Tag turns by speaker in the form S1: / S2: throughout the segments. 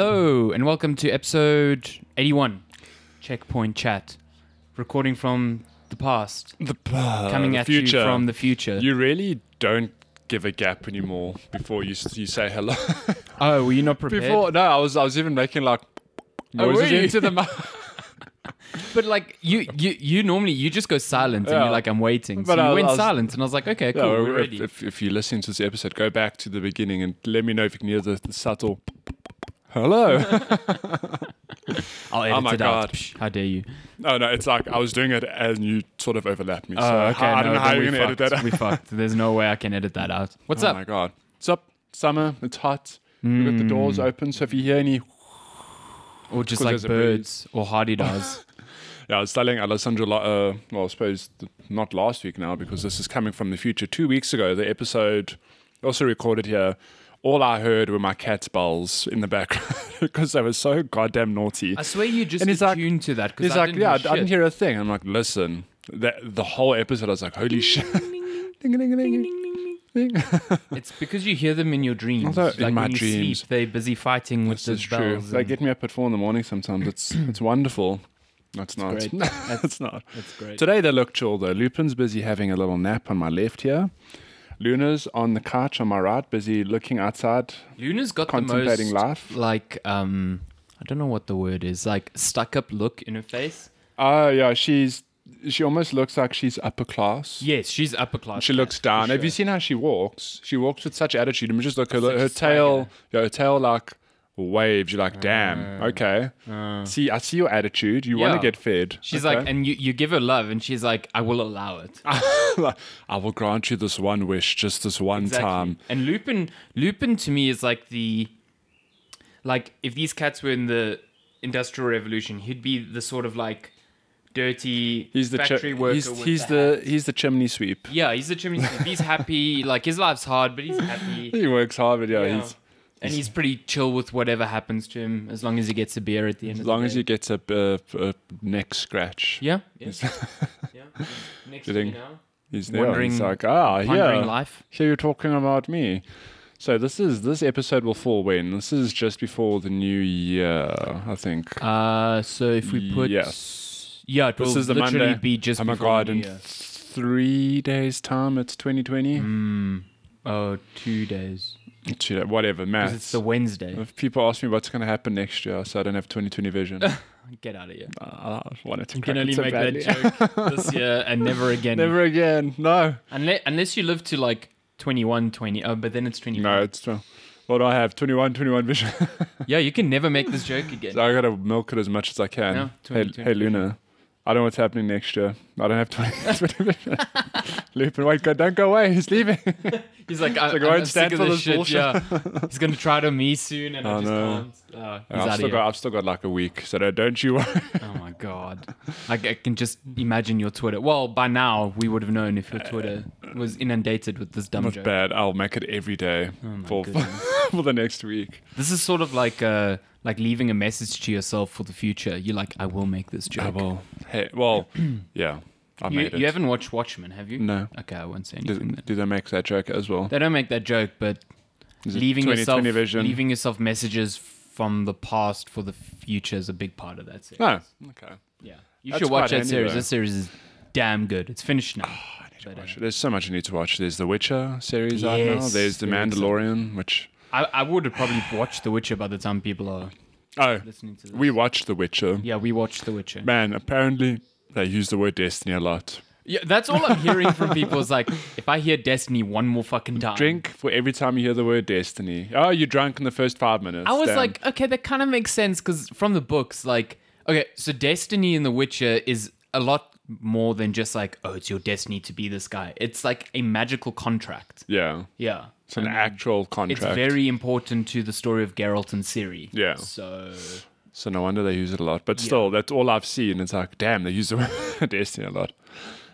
S1: and welcome to episode 81 Checkpoint Chat, recording from the past,
S2: The past,
S1: coming
S2: Uh, the
S1: at
S2: future.
S1: you from the future.
S2: You really don't give a gap anymore before you s- you say hello.
S1: oh, were you not prepared?
S2: before no, I was I was even making like
S1: Oh,
S2: noises
S1: were you?
S2: into the mouth.
S1: But like you, you, you normally you just go silent and
S2: Yeah.
S1: you're like, I'm waiting. So
S2: But
S1: you
S2: I-
S1: went
S2: I was-
S1: silent, and I was like, okay, cool,
S2: No,
S1: we're
S2: if,
S1: ready.
S2: if if you listen to this episode, go back to the beginning and let me know if you can hear the, the subtle. Hello.
S1: I'll edit
S2: oh my
S1: it out.
S2: God.
S1: Psh, how dare you?
S2: Oh, no, no, it's like I was doing it and you sort of overlapped me. So
S1: Oh, okay.
S2: Uh, I, I don't
S1: no,
S2: know how
S1: then
S2: you're
S1: we
S2: gonna edit
S1: fucked.
S2: that. Out.
S1: We fucked. There's no way I can edit that out. What's
S2: oh
S1: up?
S2: my god, it's up. Summer. It's hot. We've got the
S1: Hmm.
S2: doors open, so if you hear any
S1: Or just
S2: 'Cause
S1: like
S2: there's a breeze.
S1: birds or hardy does.
S2: Yeah, I was telling Alessandra, la- uh, well, I suppose th- not last week now, because this is coming from the future. Two weeks ago, the episode also recorded here. All I heard were my cat's bells in the background because they were so goddamn naughty.
S1: I swear you just
S2: And he's like-
S1: attuned to that because
S2: He's
S1: I
S2: like,
S1: didn't
S2: yeah, I
S1: hear
S2: I didn't
S1: shit.
S2: hear a thing. I'm like, listen, the, the whole episode, I was like, holy shit. Ding, ding, ding, ding, ding.
S1: It's because you hear them in your dreams.
S2: Also,
S1: like
S2: in my
S1: when you
S2: dreams.
S1: sleep, they're busy fighting with
S2: This
S1: the
S2: is true.
S1: bells.
S2: They
S1: and-
S2: get me up at four in the morning sometimes. It's it's wonderful. That's not.
S1: great.
S2: That's not.
S1: That's great.
S2: Today they look chill though. Lupin's busy having a little nap on my left here. Luna's on the couch on my right, busy looking outside.
S1: Luna's got the
S2: Contemplating
S1: most
S2: life.
S1: like um I don't know what the word is like stuck up look in her face.
S2: Oh yeah, she's she almost looks like she's upper class.
S1: Yes, she's upper class.
S2: She looks down. Have you seen how she walks? She walks with such attitude. And just look her,
S1: Such
S2: her
S1: a
S2: tail, yeah, her tail like waves. You're like, damn, okay. see, I see your attitude. You want
S1: Uh, Yeah.
S2: to get fed.
S1: She's
S2: Okay.
S1: like, and you, you give her love, and she's like, I will allow it.
S2: I will grant you this one wish, just this one
S1: Exactly.
S2: time.
S1: And Lupin, Lupin to me is like the, like if these cats were in the Industrial Revolution, he'd be the sort of like dirty
S2: He's the chi-
S1: factory worker.
S2: he's,
S1: with
S2: he's
S1: the
S2: the, he's the chimney sweep.
S1: Yeah, he's a chimney sweep. He's happy. Like his life's hard, but he's happy.
S2: He works hard, but yeah,
S1: Yeah.
S2: he's
S1: and he's pretty chill with whatever happens to him, as long as he gets a beer at the end.
S2: as
S1: of
S2: long
S1: the
S2: as
S1: day.
S2: he gets a, a, a neck scratch.
S1: yeah, yeah, yeah. Next thing
S2: Getting
S1: you know,
S2: He's there.
S1: Wondering-
S2: he's like, ah,
S1: pondering
S2: yeah,
S1: life.
S2: here you're talking about me. So this is this episode will fall when this is just before the new year, I think.
S1: Uh, so if we put
S2: Yes.
S1: yeah, it
S2: This
S1: will
S2: is the
S1: literally
S2: Monday.
S1: be just
S2: oh my
S1: before
S2: god!
S1: New
S2: In
S1: Year.
S2: three days' time, it's 2020.
S1: Mm. Oh, two days.
S2: Shit, Whatever,
S1: Because
S2: man.
S1: it's the Wednesday.
S2: If people ask me what's going to happen next year, so I don't have 2020 vision.
S1: Get out of here.
S2: I wanted to
S1: You can only make that joke this year and never again.
S2: Never again. No.
S1: Unless, unless you live to like 21, 20. Oh, but then it's 21.
S2: No, it's uh, what do I have 21, 21 vision.
S1: Yeah, you can never make this joke again.
S2: so I gotta milk it as much as I can.
S1: Yeah,
S2: hey,
S1: 20,
S2: hey, Luna. I don't know what's happening next year. I don't have 2020 vision. Lupin, wait, go, don't go away. He's leaving.
S1: He's like, I,
S2: like, I
S1: I'm
S2: won't
S1: sick
S2: stand
S1: of
S2: for
S1: this
S2: this
S1: shit.
S2: bullshit.
S1: Yeah, he's gonna try to me soon, and I
S2: Oh,
S1: just
S2: no.
S1: can't. Uh, he's
S2: I've,
S1: out
S2: still
S1: of
S2: got,
S1: here.
S2: I've still got like a week, so don't, don't you worry.
S1: Oh my god! Like I can just imagine your Twitter. Well, by now we would have known if your Twitter was inundated with this dumb
S2: Not
S1: joke.
S2: bad. I'll make it every day
S1: Oh
S2: for, for the next week.
S1: This is sort of like uh, like leaving a message to yourself for the future. You're like, I will make this joke.
S2: I will. Hey, well, yeah, I
S1: You,
S2: made it.
S1: you haven't watched Watchmen, have you?
S2: No.
S1: Okay, I won't say
S2: do,
S1: anything. Then.
S2: do they make that joke as well?
S1: They don't make that joke, but
S2: Is it
S1: leaving
S2: 20,
S1: yourself
S2: 20 vision?
S1: leaving yourself messages from the past for the future is a big part of that. Series.
S2: No. Okay.
S1: Yeah. You
S2: That's
S1: should watch
S2: quite
S1: that
S2: handy,
S1: series.
S2: though.
S1: That series is damn good. It's finished now. But, uh,
S2: Watch it. There's so much I need to watch. There's The Witcher series out now.
S1: Yes,
S2: There's The
S1: very
S2: Mandalorian, which
S1: I, I would have probably watched The Witcher by the time people are
S2: oh,
S1: listening to this.
S2: we watched The Witcher.
S1: yeah, we watched The Witcher.
S2: Man, apparently they use the word destiny a lot.
S1: Yeah, that's all I'm hearing from people is like, if I hear Destiny one more fucking time.
S2: Drink for every time you hear the word destiny. Oh, you're drunk in the first five minutes.
S1: I was
S2: Damn.
S1: like, okay, that kind of makes sense because from the books, like, okay, so Destiny in The Witcher is a lot more than just like, oh, it's your destiny to be this guy. It's like a magical contract.
S2: yeah,
S1: Yeah.
S2: it's an actual
S1: It's
S2: contract.
S1: very important to the story of Geralt and Ciri.
S2: Yeah.
S1: So
S2: so no wonder they use it a lot. But still, that's all I've seen. It's like, damn, they use the word destiny a lot.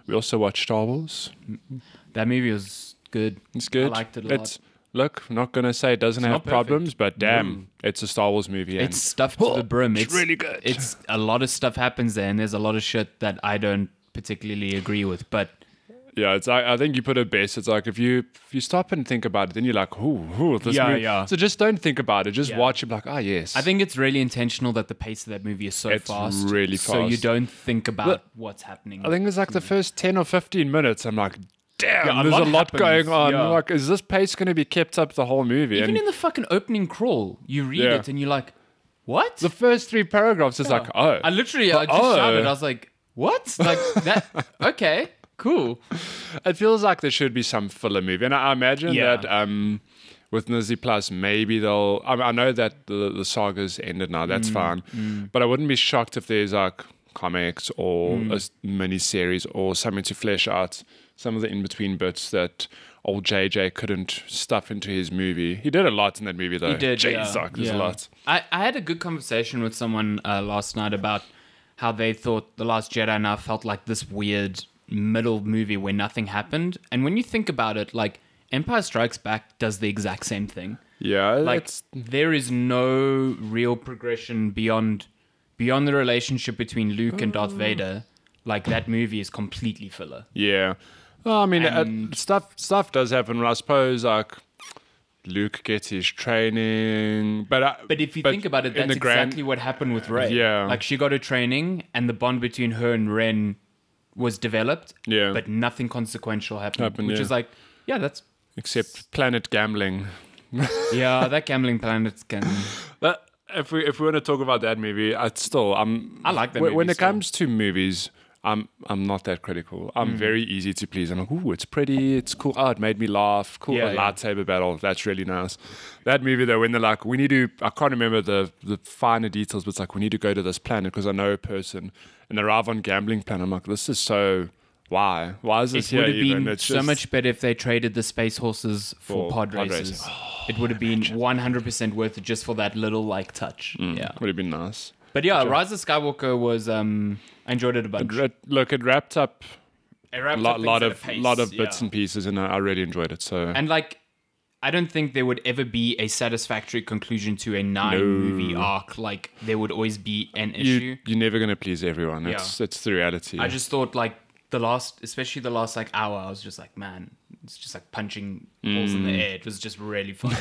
S2: We also watched Star Wars.
S1: that movie was good.
S2: It's good.
S1: I liked it a
S2: It's- Look, I'm not gonna say it doesn't have
S1: not perfect. Mm.
S2: problems, but damn, it's a Star Wars movie. and-
S1: It's stuffed to the brim. It's,
S2: really good.
S1: It's a lot of stuff happens there, and there's a lot of shit that I don't particularly agree with. But
S2: Yeah, it's. I, I think you put it best. It's like if you if you stop and think about it, then you're like, ooh, ooh this
S1: Yeah,
S2: movie.
S1: yeah.
S2: So just don't think about it. Just
S1: Yeah.
S2: watch it. Be like, ah, yes.
S1: I think it's really intentional that the pace of that movie is so
S2: It's
S1: fast.
S2: really
S1: So you
S2: fast.
S1: don't think about
S2: But-
S1: what's happening.
S2: I think it's like the first ten or fifteen minutes. I'm like, damn,
S1: Yeah, a
S2: there's
S1: lot
S2: a lot
S1: happens.
S2: going on.
S1: Yeah.
S2: Like, is this pace going to be kept up the whole movie?
S1: Even
S2: and
S1: in the fucking opening crawl, you read
S2: Yeah.
S1: it and you're like, what?
S2: the first three paragraphs is like, oh,
S1: I literally, I just
S2: Oh.
S1: shouted. I was like, what? Like that? okay, cool.
S2: it feels like there should be some filler movie, and I, I imagine
S1: Yeah.
S2: that um, with Nizzy Plus, maybe they'll. I, mean, I know that the, the saga's ended now. That's
S1: Mm,
S2: fine, but I wouldn't be shocked if there's like comics or
S1: Mm.
S2: a s a miniseries or something to flesh out some of the in between bits that old JJ couldn't stuff into his movie. He did a lot in that movie, though.
S1: He did.
S2: Jeez,
S1: yeah.
S2: like, there's
S1: Yeah.
S2: a lot.
S1: I, I had a good conversation with someone uh, last night about how they thought The Last Jedi now felt like this weird middle movie where nothing happened. And when you think about it, like Empire Strikes Back does the exact same thing.
S2: Yeah,
S1: Like
S2: that's-
S1: there is no real progression beyond beyond the relationship between Luke and
S2: Mm.
S1: Darth Vader. Like that movie is completely filler.
S2: Yeah. Well, I mean, uh, stuff stuff does happen. I suppose like Luke gets his training, but uh, I,
S1: But if you think about it,
S2: in
S1: that's
S2: the grand-
S1: exactly what happened with Ray.
S2: Yeah.
S1: Like she got her training and the bond between her and Ren was developed.
S2: Yeah.
S1: But nothing consequential happened.
S2: Happened,
S1: which
S2: yeah.
S1: is like, yeah, that's
S2: except planet gambling.
S1: yeah, that gambling planet can
S2: That if we if we want to talk about that movie, I still I'm
S1: I like that
S2: when, when
S1: movie
S2: it
S1: still.
S2: comes to movies. I'm I'm not that critical.
S1: Mm.
S2: I'm very easy to please. I'm like, ooh, it's pretty, it's cool. Oh, it made me laugh. Cool,
S1: Yeah,
S2: a
S1: yeah.
S2: lightsaber battle. That's really nice. That movie though, when they're like, we need to. I can't remember the the finer details, but it's like we need to go to this planet because I know a person, and they arrive on gambling planet. I'm like, this is so. Why? Why is this
S1: it
S2: here?
S1: would have
S2: even?
S1: been
S2: It's
S1: so
S2: just-
S1: much better if they traded the space horses for
S2: For
S1: pod
S2: pod Oh,
S1: races.
S2: races.
S1: it would have been one hundred percent worth it just for that little like touch. Yeah.
S2: Would have been nice.
S1: But yeah, Rise of Skywalker was um I enjoyed it a bunch.
S2: It- look, it wrapped up
S1: It
S2: a
S1: wrapped up
S2: lot,
S1: things
S2: lot
S1: at a
S2: of
S1: pace,
S2: lot of bits
S1: yeah.
S2: and pieces, and I, I really enjoyed it. So
S1: And like, I don't think there would ever be a satisfactory conclusion to a nine
S2: No.
S1: movie arc. Like, there would always be an issue.
S2: you, you're never going to please everyone. It's it's the reality.
S1: I just thought like the last, especially the last like hour, I was just like, man, it's just like punching holes in the air. It was just really fun.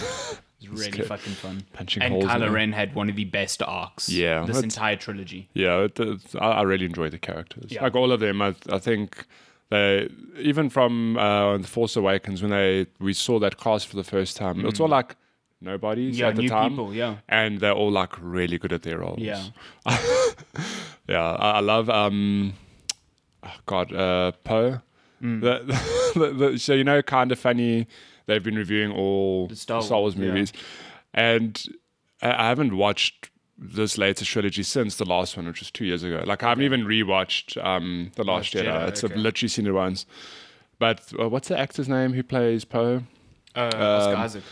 S1: It was really
S2: Mm. good.
S1: fucking fun.
S2: Punching
S1: and
S2: holes in
S1: Kylo
S2: the-
S1: Ren had one of the best arcs.
S2: Yeah,
S1: this
S2: that's-
S1: entire trilogy.
S2: yeah, it, it's- I, I really enjoy the characters.
S1: Yeah.
S2: Like all of them, I, I think they even from uh, the Force Awakens when they we saw that cast for the first time, it's all like nobodies
S1: Mm. Yeah,
S2: at the
S1: new
S2: time,
S1: people. Yeah,
S2: and they're all like really good at their roles.
S1: yeah.
S2: yeah. I, I love um, oh God, uh, Poe.
S1: Mm.
S2: The- the- the- so you know, kind of funny. They've been reviewing all the
S1: Star
S2: Star,
S1: Wars,
S2: Wars
S1: yeah.
S2: movies, and I, I haven't watched this latest trilogy since the last one, which was two years ago. Like I haven't even rewatched um, the Last,
S1: Last
S2: Jedi.
S1: Jedi,
S2: It's
S1: okay.
S2: I've literally seen it once. But uh, what's the actor's name who plays Poe?
S1: Uh, Oscar
S2: Um,
S1: Isaac.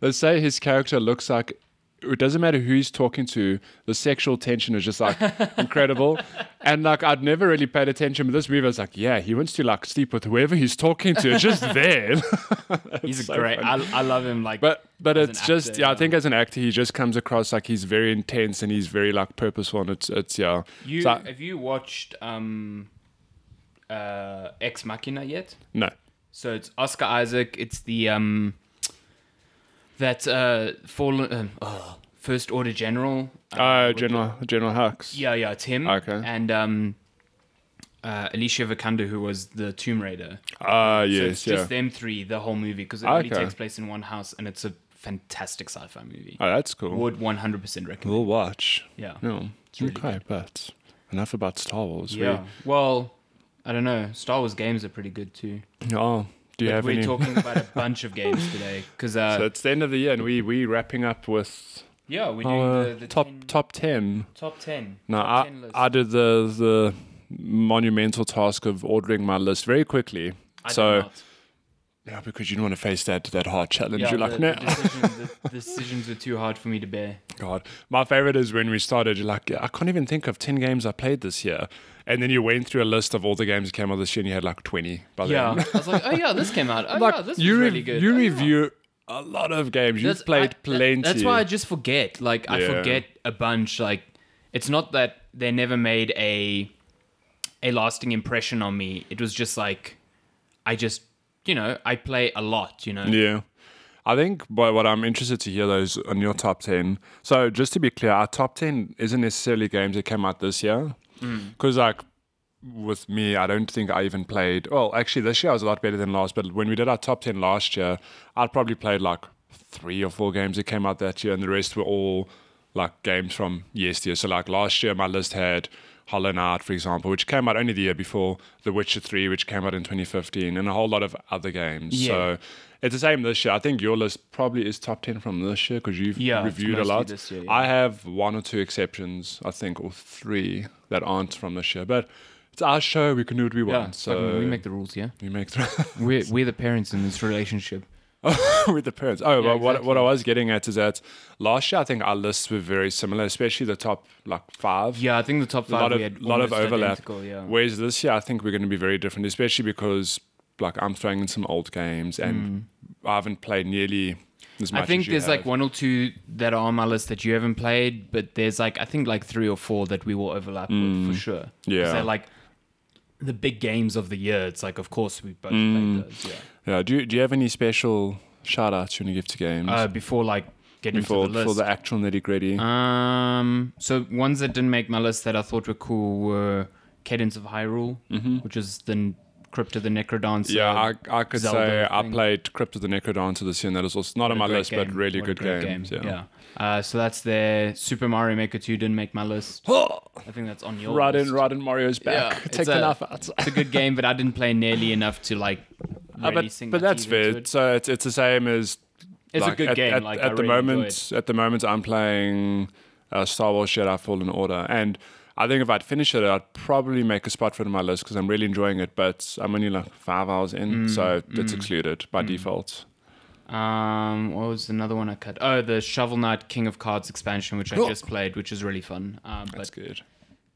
S2: They say his character looks like it doesn't matter who he's talking to, the sexual tension is just like incredible. And like I'd never really paid attention, but this movie I was like, yeah, he wants to like sleep with whoever he's talking to. It's just there.
S1: He's a
S2: so
S1: great. I, I love him. Like,
S2: but but
S1: As an
S2: it's just
S1: actor,
S2: yeah, I
S1: yeah.
S2: think as an actor he just comes across like he's very intense and he's very like purposeful and it's it's yeah.
S1: You
S2: So I-
S1: have you watched um uh Ex Machina yet?
S2: no. Uh,
S1: So it's Oscar Isaac, it's the um that uh fallen um, oh, first order general. Uh,
S2: Uh General General Hux.
S1: yeah, yeah, it's him.
S2: Okay.
S1: And um uh Alicia Vikander who was the Tomb Raider.
S2: Ah
S1: So
S2: yes,
S1: it's
S2: yeah.
S1: just them three the whole movie because it only
S2: Okay.
S1: takes place in one house and it's a fantastic sci-fi movie.
S2: oh that's cool.
S1: Would 100% recommend.
S2: We'll watch.
S1: Yeah.
S2: No.
S1: really
S2: okay, but enough about Star Wars. We-
S1: Yeah. Well, I don't know. Star Wars games are pretty good too.
S2: Oh, do you have
S1: We're
S2: any?
S1: talking about a bunch of games today because uh,
S2: so it's the end of the year, and we we wrapping up with
S1: yeah, we're doing
S2: our
S1: the, the
S2: uh, top
S1: 10
S2: top ten.
S1: top ten.
S2: No,
S1: top
S2: I,
S1: 10 list.
S2: I did the the monumental task of ordering my list very quickly.
S1: I did
S2: so
S1: not.
S2: yeah, because you don't want to face that that hard challenge.
S1: yeah,
S2: You're
S1: the,
S2: like, no,
S1: the, decision, the decisions were too hard for me to bear.
S2: God. My favorite is when we started. You're like, I can't even think of ten games I played this year, and then you went through a list of all the games that came out this year, and you had like twenty. By
S1: Yeah,
S2: then.
S1: I was like, oh yeah, this came out. Oh
S2: like
S1: yeah, this
S2: you
S1: was
S2: re-
S1: really good.
S2: you
S1: Oh, yeah.
S2: review a lot of games. You've
S1: That's- I-
S2: played
S1: that-
S2: plenty.
S1: That's why I just forget. Like I
S2: Yeah.
S1: forget a bunch. Like it's not that they never made a a lasting impression on me. It was just like I just, you know, I play a lot, you know.
S2: Yeah. I think but what I'm interested to hear those on your top 10. So just to be clear, our top 10 isn't necessarily games that came out this year. Because, like, with me, I don't think I even played. Well, actually, this year I was a lot better than last, but when we did our top 10 last year, I'd probably played like three or four games that came out that year, and the rest were all like games from yesteryear. So, like, last year my list had Hollow Knight, for example, which came out only the year before, The Witcher 3, which came out in 2015, and a whole lot of other games.
S1: Yeah.
S2: So, it's the same this year. I think your list probably is top 10 from this year because you've
S1: Yeah, it's
S2: reviewed a
S1: mostly
S2: lot.
S1: this year, yeah.
S2: I have one or two exceptions, I think, or three that aren't from this year. But it's our show. We can do what we
S1: Yeah,
S2: want.
S1: fucking
S2: so
S1: we make the rules, yeah.
S2: we make the,
S1: We're we're the parents in this relationship.
S2: with the parents. Oh, well, what,
S1: exactly.
S2: what I was getting at is that last year, I think our lists were very similar, especially the top like five.
S1: Yeah, I think the top
S2: a
S1: five
S2: lot
S1: we
S2: of
S1: had
S2: lot of
S1: almost
S2: overlap.
S1: identical, Yeah.
S2: Whereas this year, I think we're going to be very different, especially because like I'm throwing in some old games and I haven't played nearly as much.
S1: Hmm. I think
S2: as you
S1: there's
S2: have.
S1: like one or two that are on my list that you haven't played, but there's like I think like three or four that we will overlap with for sure. 'Cause
S2: Mm. Yeah.
S1: they're like the big games of the year. It's like of course we both
S2: Mm.
S1: played those. Yeah,
S2: Yeah. Do you, do you have any special shout outs you want to give to games
S1: uh, before like getting
S2: before
S1: to the
S2: before
S1: list.
S2: the actual nitty gritty?
S1: um, so ones that didn't make my list that I thought were cool were Cadence of Hyrule, which is the n- Crypt of the Necrodancer.
S2: Mm-hmm. yeah, I, I could
S1: Zelda
S2: say I
S1: thing.
S2: played Crypt of the Necrodancer this year, and that is also not on my
S1: Great
S2: list, but
S1: game.
S2: really
S1: What a
S2: good
S1: great
S2: games.
S1: game.
S2: Yeah.
S1: Uh, so that's there. Super Mario Maker 2 didn't make my list. I think that's on your
S2: Right
S1: list.
S2: in, right in Mario's back.
S1: Yeah, it's
S2: Take Uh, the
S1: a-
S2: knife out.
S1: It's a good game, but I didn't play nearly enough to like
S2: Uh,
S1: really
S2: but
S1: sing
S2: but
S1: my
S2: that's
S1: teeth into
S2: fair.
S1: it.
S2: So it's, it's the same as.
S1: It's a good
S2: at,
S1: game,
S2: At,
S1: like, I
S2: at the
S1: really enjoy
S2: moment, at the moment, I'm playing uh, Star Wars Jedi Fallen Order, and I think if I'd finish it, I'd probably make a spot for it on my list because I'm really enjoying it. But I'm only like five hours
S1: Mm,
S2: in, so it's excluded by default.
S1: Um, what was another one I cut? Oh, the Shovel Knight King of Cards expansion, which I
S2: Cool.
S1: just played, which is really fun. Um,
S2: That's
S1: but
S2: good.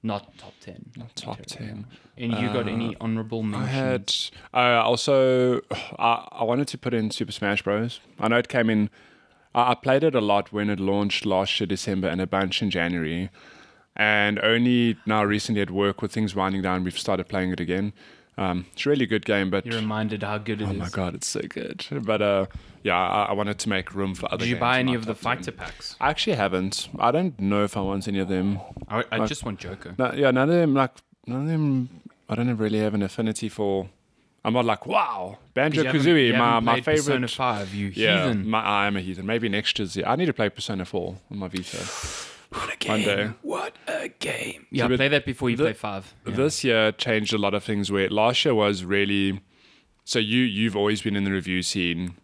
S1: not top ten.
S2: Top ten.
S1: And you got any honorable
S2: Uh, I
S1: mentions?
S2: had. I also. I, I wanted to put in Super Smash Bros. I know it came in. I, I played it a lot when it launched last year, December, and a bunch in January. And only now recently at work, with things winding down, we've started playing it again. Um, it's a really good game, but
S1: You're reminded how good it is.
S2: oh my god, it's so good. But uh, yeah, I, I wanted to make room for other.
S1: Did you
S2: games
S1: buy
S2: in
S1: any
S2: my
S1: of the
S2: top 10.
S1: fighter packs?
S2: I actually haven't. I don't know if I want any of them.
S1: I, I just want Joker.
S2: No, yeah, none of them like none of them. I don't really have an affinity er for. I'm not like wow, Banjo
S1: You haven't-
S2: Kazooie,
S1: you
S2: my
S1: haven't
S2: my
S1: played
S2: favorite.
S1: Persona Five, you
S2: yeah,
S1: heathen.
S2: my, I am a heathen. Maybe next year's year. I need to play Persona Four on my Vita. One day.
S1: What a game! Yeah,
S2: but
S1: play that before you play five. Yeah.
S2: This year changed a lot of things. Where last year was really, so you you've always been in the review scene,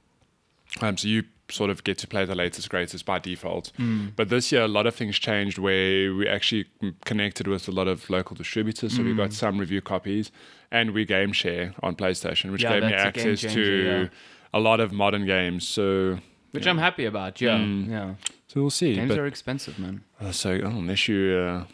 S2: um, so you sort of get to play the latest greatest by default.
S1: Hmm.
S2: But this year, a lot of things changed where we actually m- connected with a lot of local distributors, so
S1: Hmm.
S2: we got some review copies, and we game share on PlayStation, which
S1: Yeah,
S2: gave me
S1: that's a game
S2: access
S1: changer,
S2: to
S1: yeah.
S2: a lot of modern games. So.
S1: Which I'm happy about. Yeah, yeah.
S2: So we'll see.
S1: Games
S2: but-
S1: are expensive, man.
S2: Uh, So oh, unless you uh,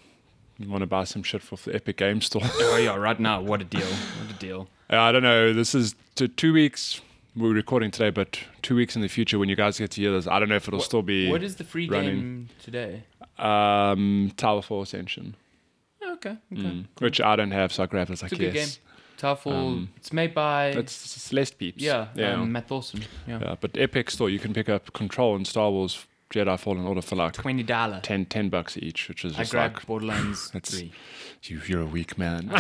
S2: want to buy some shit for the Epic Game Store,
S1: Oh yeah, right now, what a deal! What a deal!
S2: Uh, I don't know. This is t- two weeks. We're recording today, but two weeks in the future, when you guys get to hear this, I don't know if it'll still be
S1: What is the free
S2: running.
S1: game today?
S2: um, Tower Four Ascension, mm,
S1: Oh, okay, okay.
S2: which I don't have, so I grabbed it. It's like
S1: It's a good
S2: yes,
S1: game. Tough Um, it's made by
S2: it's Celeste Peeps.
S1: yeah,
S2: yeah.
S1: Um, Matt Lawson. Yeah,
S2: yeah. But Epic Store, you can pick up Control and Star Wars Jedi Fallen Order for like
S1: twenty dollar.
S2: 10, 10 bucks each, which is
S1: I
S2: just
S1: grabbed
S2: like
S1: Borderlands
S2: It's-
S1: three.
S2: you, you're a weak man.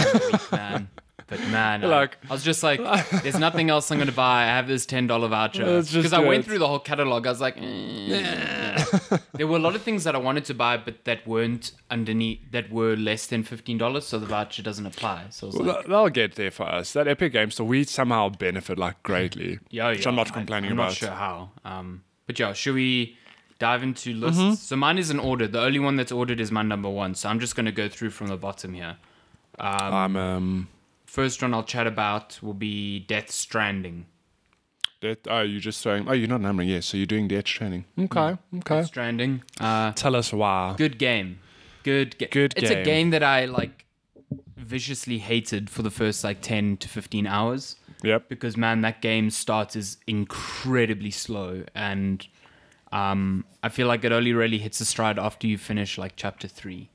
S1: man. But man,
S2: Like-
S1: I, I was just like, there's nothing else I'm gonna buy. I have this ten dollar voucher
S2: Let's just
S1: because I
S2: do
S1: went
S2: it.
S1: through the whole catalog. I was like, eh, yeah. there were a lot of things that I wanted to buy, but that weren't underneath. That were less than fifteen dollars, so the voucher doesn't apply. So I was like,
S2: Well, they'll get there for us. That Epic Game Store, we somehow benefit like greatly.
S1: yeah, yeah.
S2: which I'm not complaining
S1: I, am
S2: about.
S1: Not sure how. Um, but yeah, should we dive into lists?
S2: Mm-hmm.
S1: So mine is in order. The only one that's ordered is my number one. So I'm just gonna go through from the bottom here.
S2: I'm um.
S1: First one I'll chat about will be Death Stranding.
S2: Death, oh, you're just throwing. Oh, you're not numbering. Yeah, so you're doing death training. Mm. Okay, okay.
S1: Stranding. Uh,
S2: Tell us why.
S1: Good game. Good game.
S2: Good
S1: It's a
S2: game.
S1: game that I like viciously hated for the first like 10 to 15 hours
S2: Yep.
S1: because man that game starts is incredibly slow and um I feel like it only really hits a stride after you finish like chapter 3.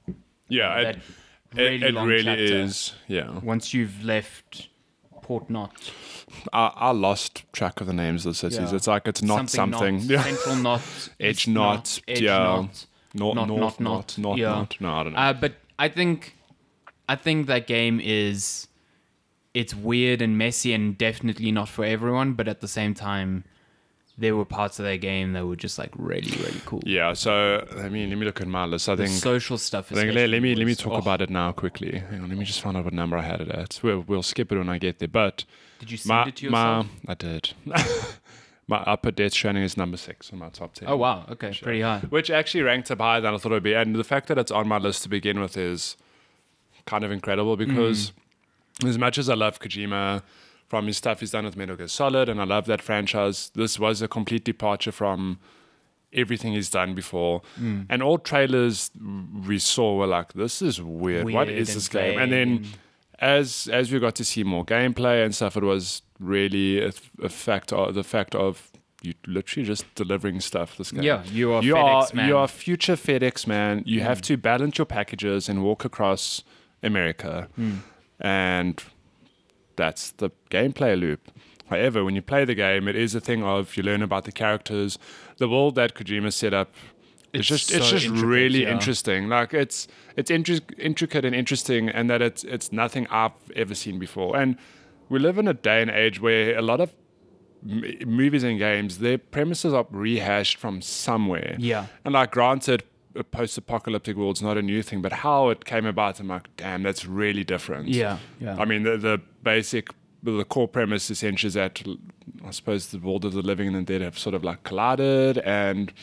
S2: Yeah, it
S1: That really
S2: it, it
S1: long
S2: really
S1: chapter.
S2: is. Yeah.
S1: Once you've left Port Knot,
S2: I, I lost track of the names of the cities.
S1: Yeah.
S2: It's like it's not something.
S1: Knot,
S2: Yeah.
S1: Central Knot,
S2: Edge
S1: East Knot,
S2: Knot,
S1: Edge
S2: yeah.
S1: Knot.
S2: Not,
S1: Not-
S2: not,
S1: not- not.
S2: not, not, not,
S1: Yeah.
S2: No, I don't know.
S1: Uh, but I think, I think that game is, it's weird and messy and definitely not for everyone. But at the same time, there were parts of that game that were just like really, really cool.
S2: yeah, so I mean, let me look at my list. I
S1: The
S2: think,
S1: social stuff.
S2: I think let, let
S1: especially
S2: me let me
S1: was-
S2: talk
S1: oh,
S2: about it now quickly. Hang on, let me just find out what number I had it at. We'll, we'll skip it when I get there. But
S1: Did you send
S2: my,
S1: it to yourself?
S2: my I did. my upper Death Stranding is number six on my top ten.
S1: oh wow. Okay. Pretty high.
S2: which actually ranked up higher than I thought it would be. And the fact that it's on my list to begin with is kind of incredible because
S1: Mm.
S2: as much as I love Kojima from his stuff he's done with Metal Gear Solid, and I love that franchise, this was a complete departure from everything he's done before.
S1: Mm.
S2: And all trailers we saw were like, this is weird. what
S1: Weird
S2: is
S1: and
S2: this game? And then as as we got to see more gameplay and stuff, it was really a, a fact of, the fact of you literally just delivering stuff this game
S1: Yeah. You are.
S2: you
S1: FedEx,
S2: are
S1: man. Mm.
S2: you are future FedEx man. You have to balance your packages and walk across America,
S1: Mm.
S2: and that's the gameplay loop. However, when you play the game, it is a thing of you learn about the characters, the world that Kojima set up.
S1: It's
S2: It's, just it's
S1: so
S2: just
S1: intricate,
S2: really
S1: yeah.
S2: interesting. Like it's it's intri- intricate and interesting, and that it's it's nothing I've ever seen before. And we live in a day and age where a lot of m- movies and games, their premises are rehashed from somewhere.
S1: Yeah.
S2: And like, granted, a post-apocalyptic world's not a new thing, but how it came about, I'm like, damn, that's really different.
S1: Yeah, yeah.
S2: I mean, the the basic, the core premise essentially is that I suppose the world of the living and the dead have sort of like collided, and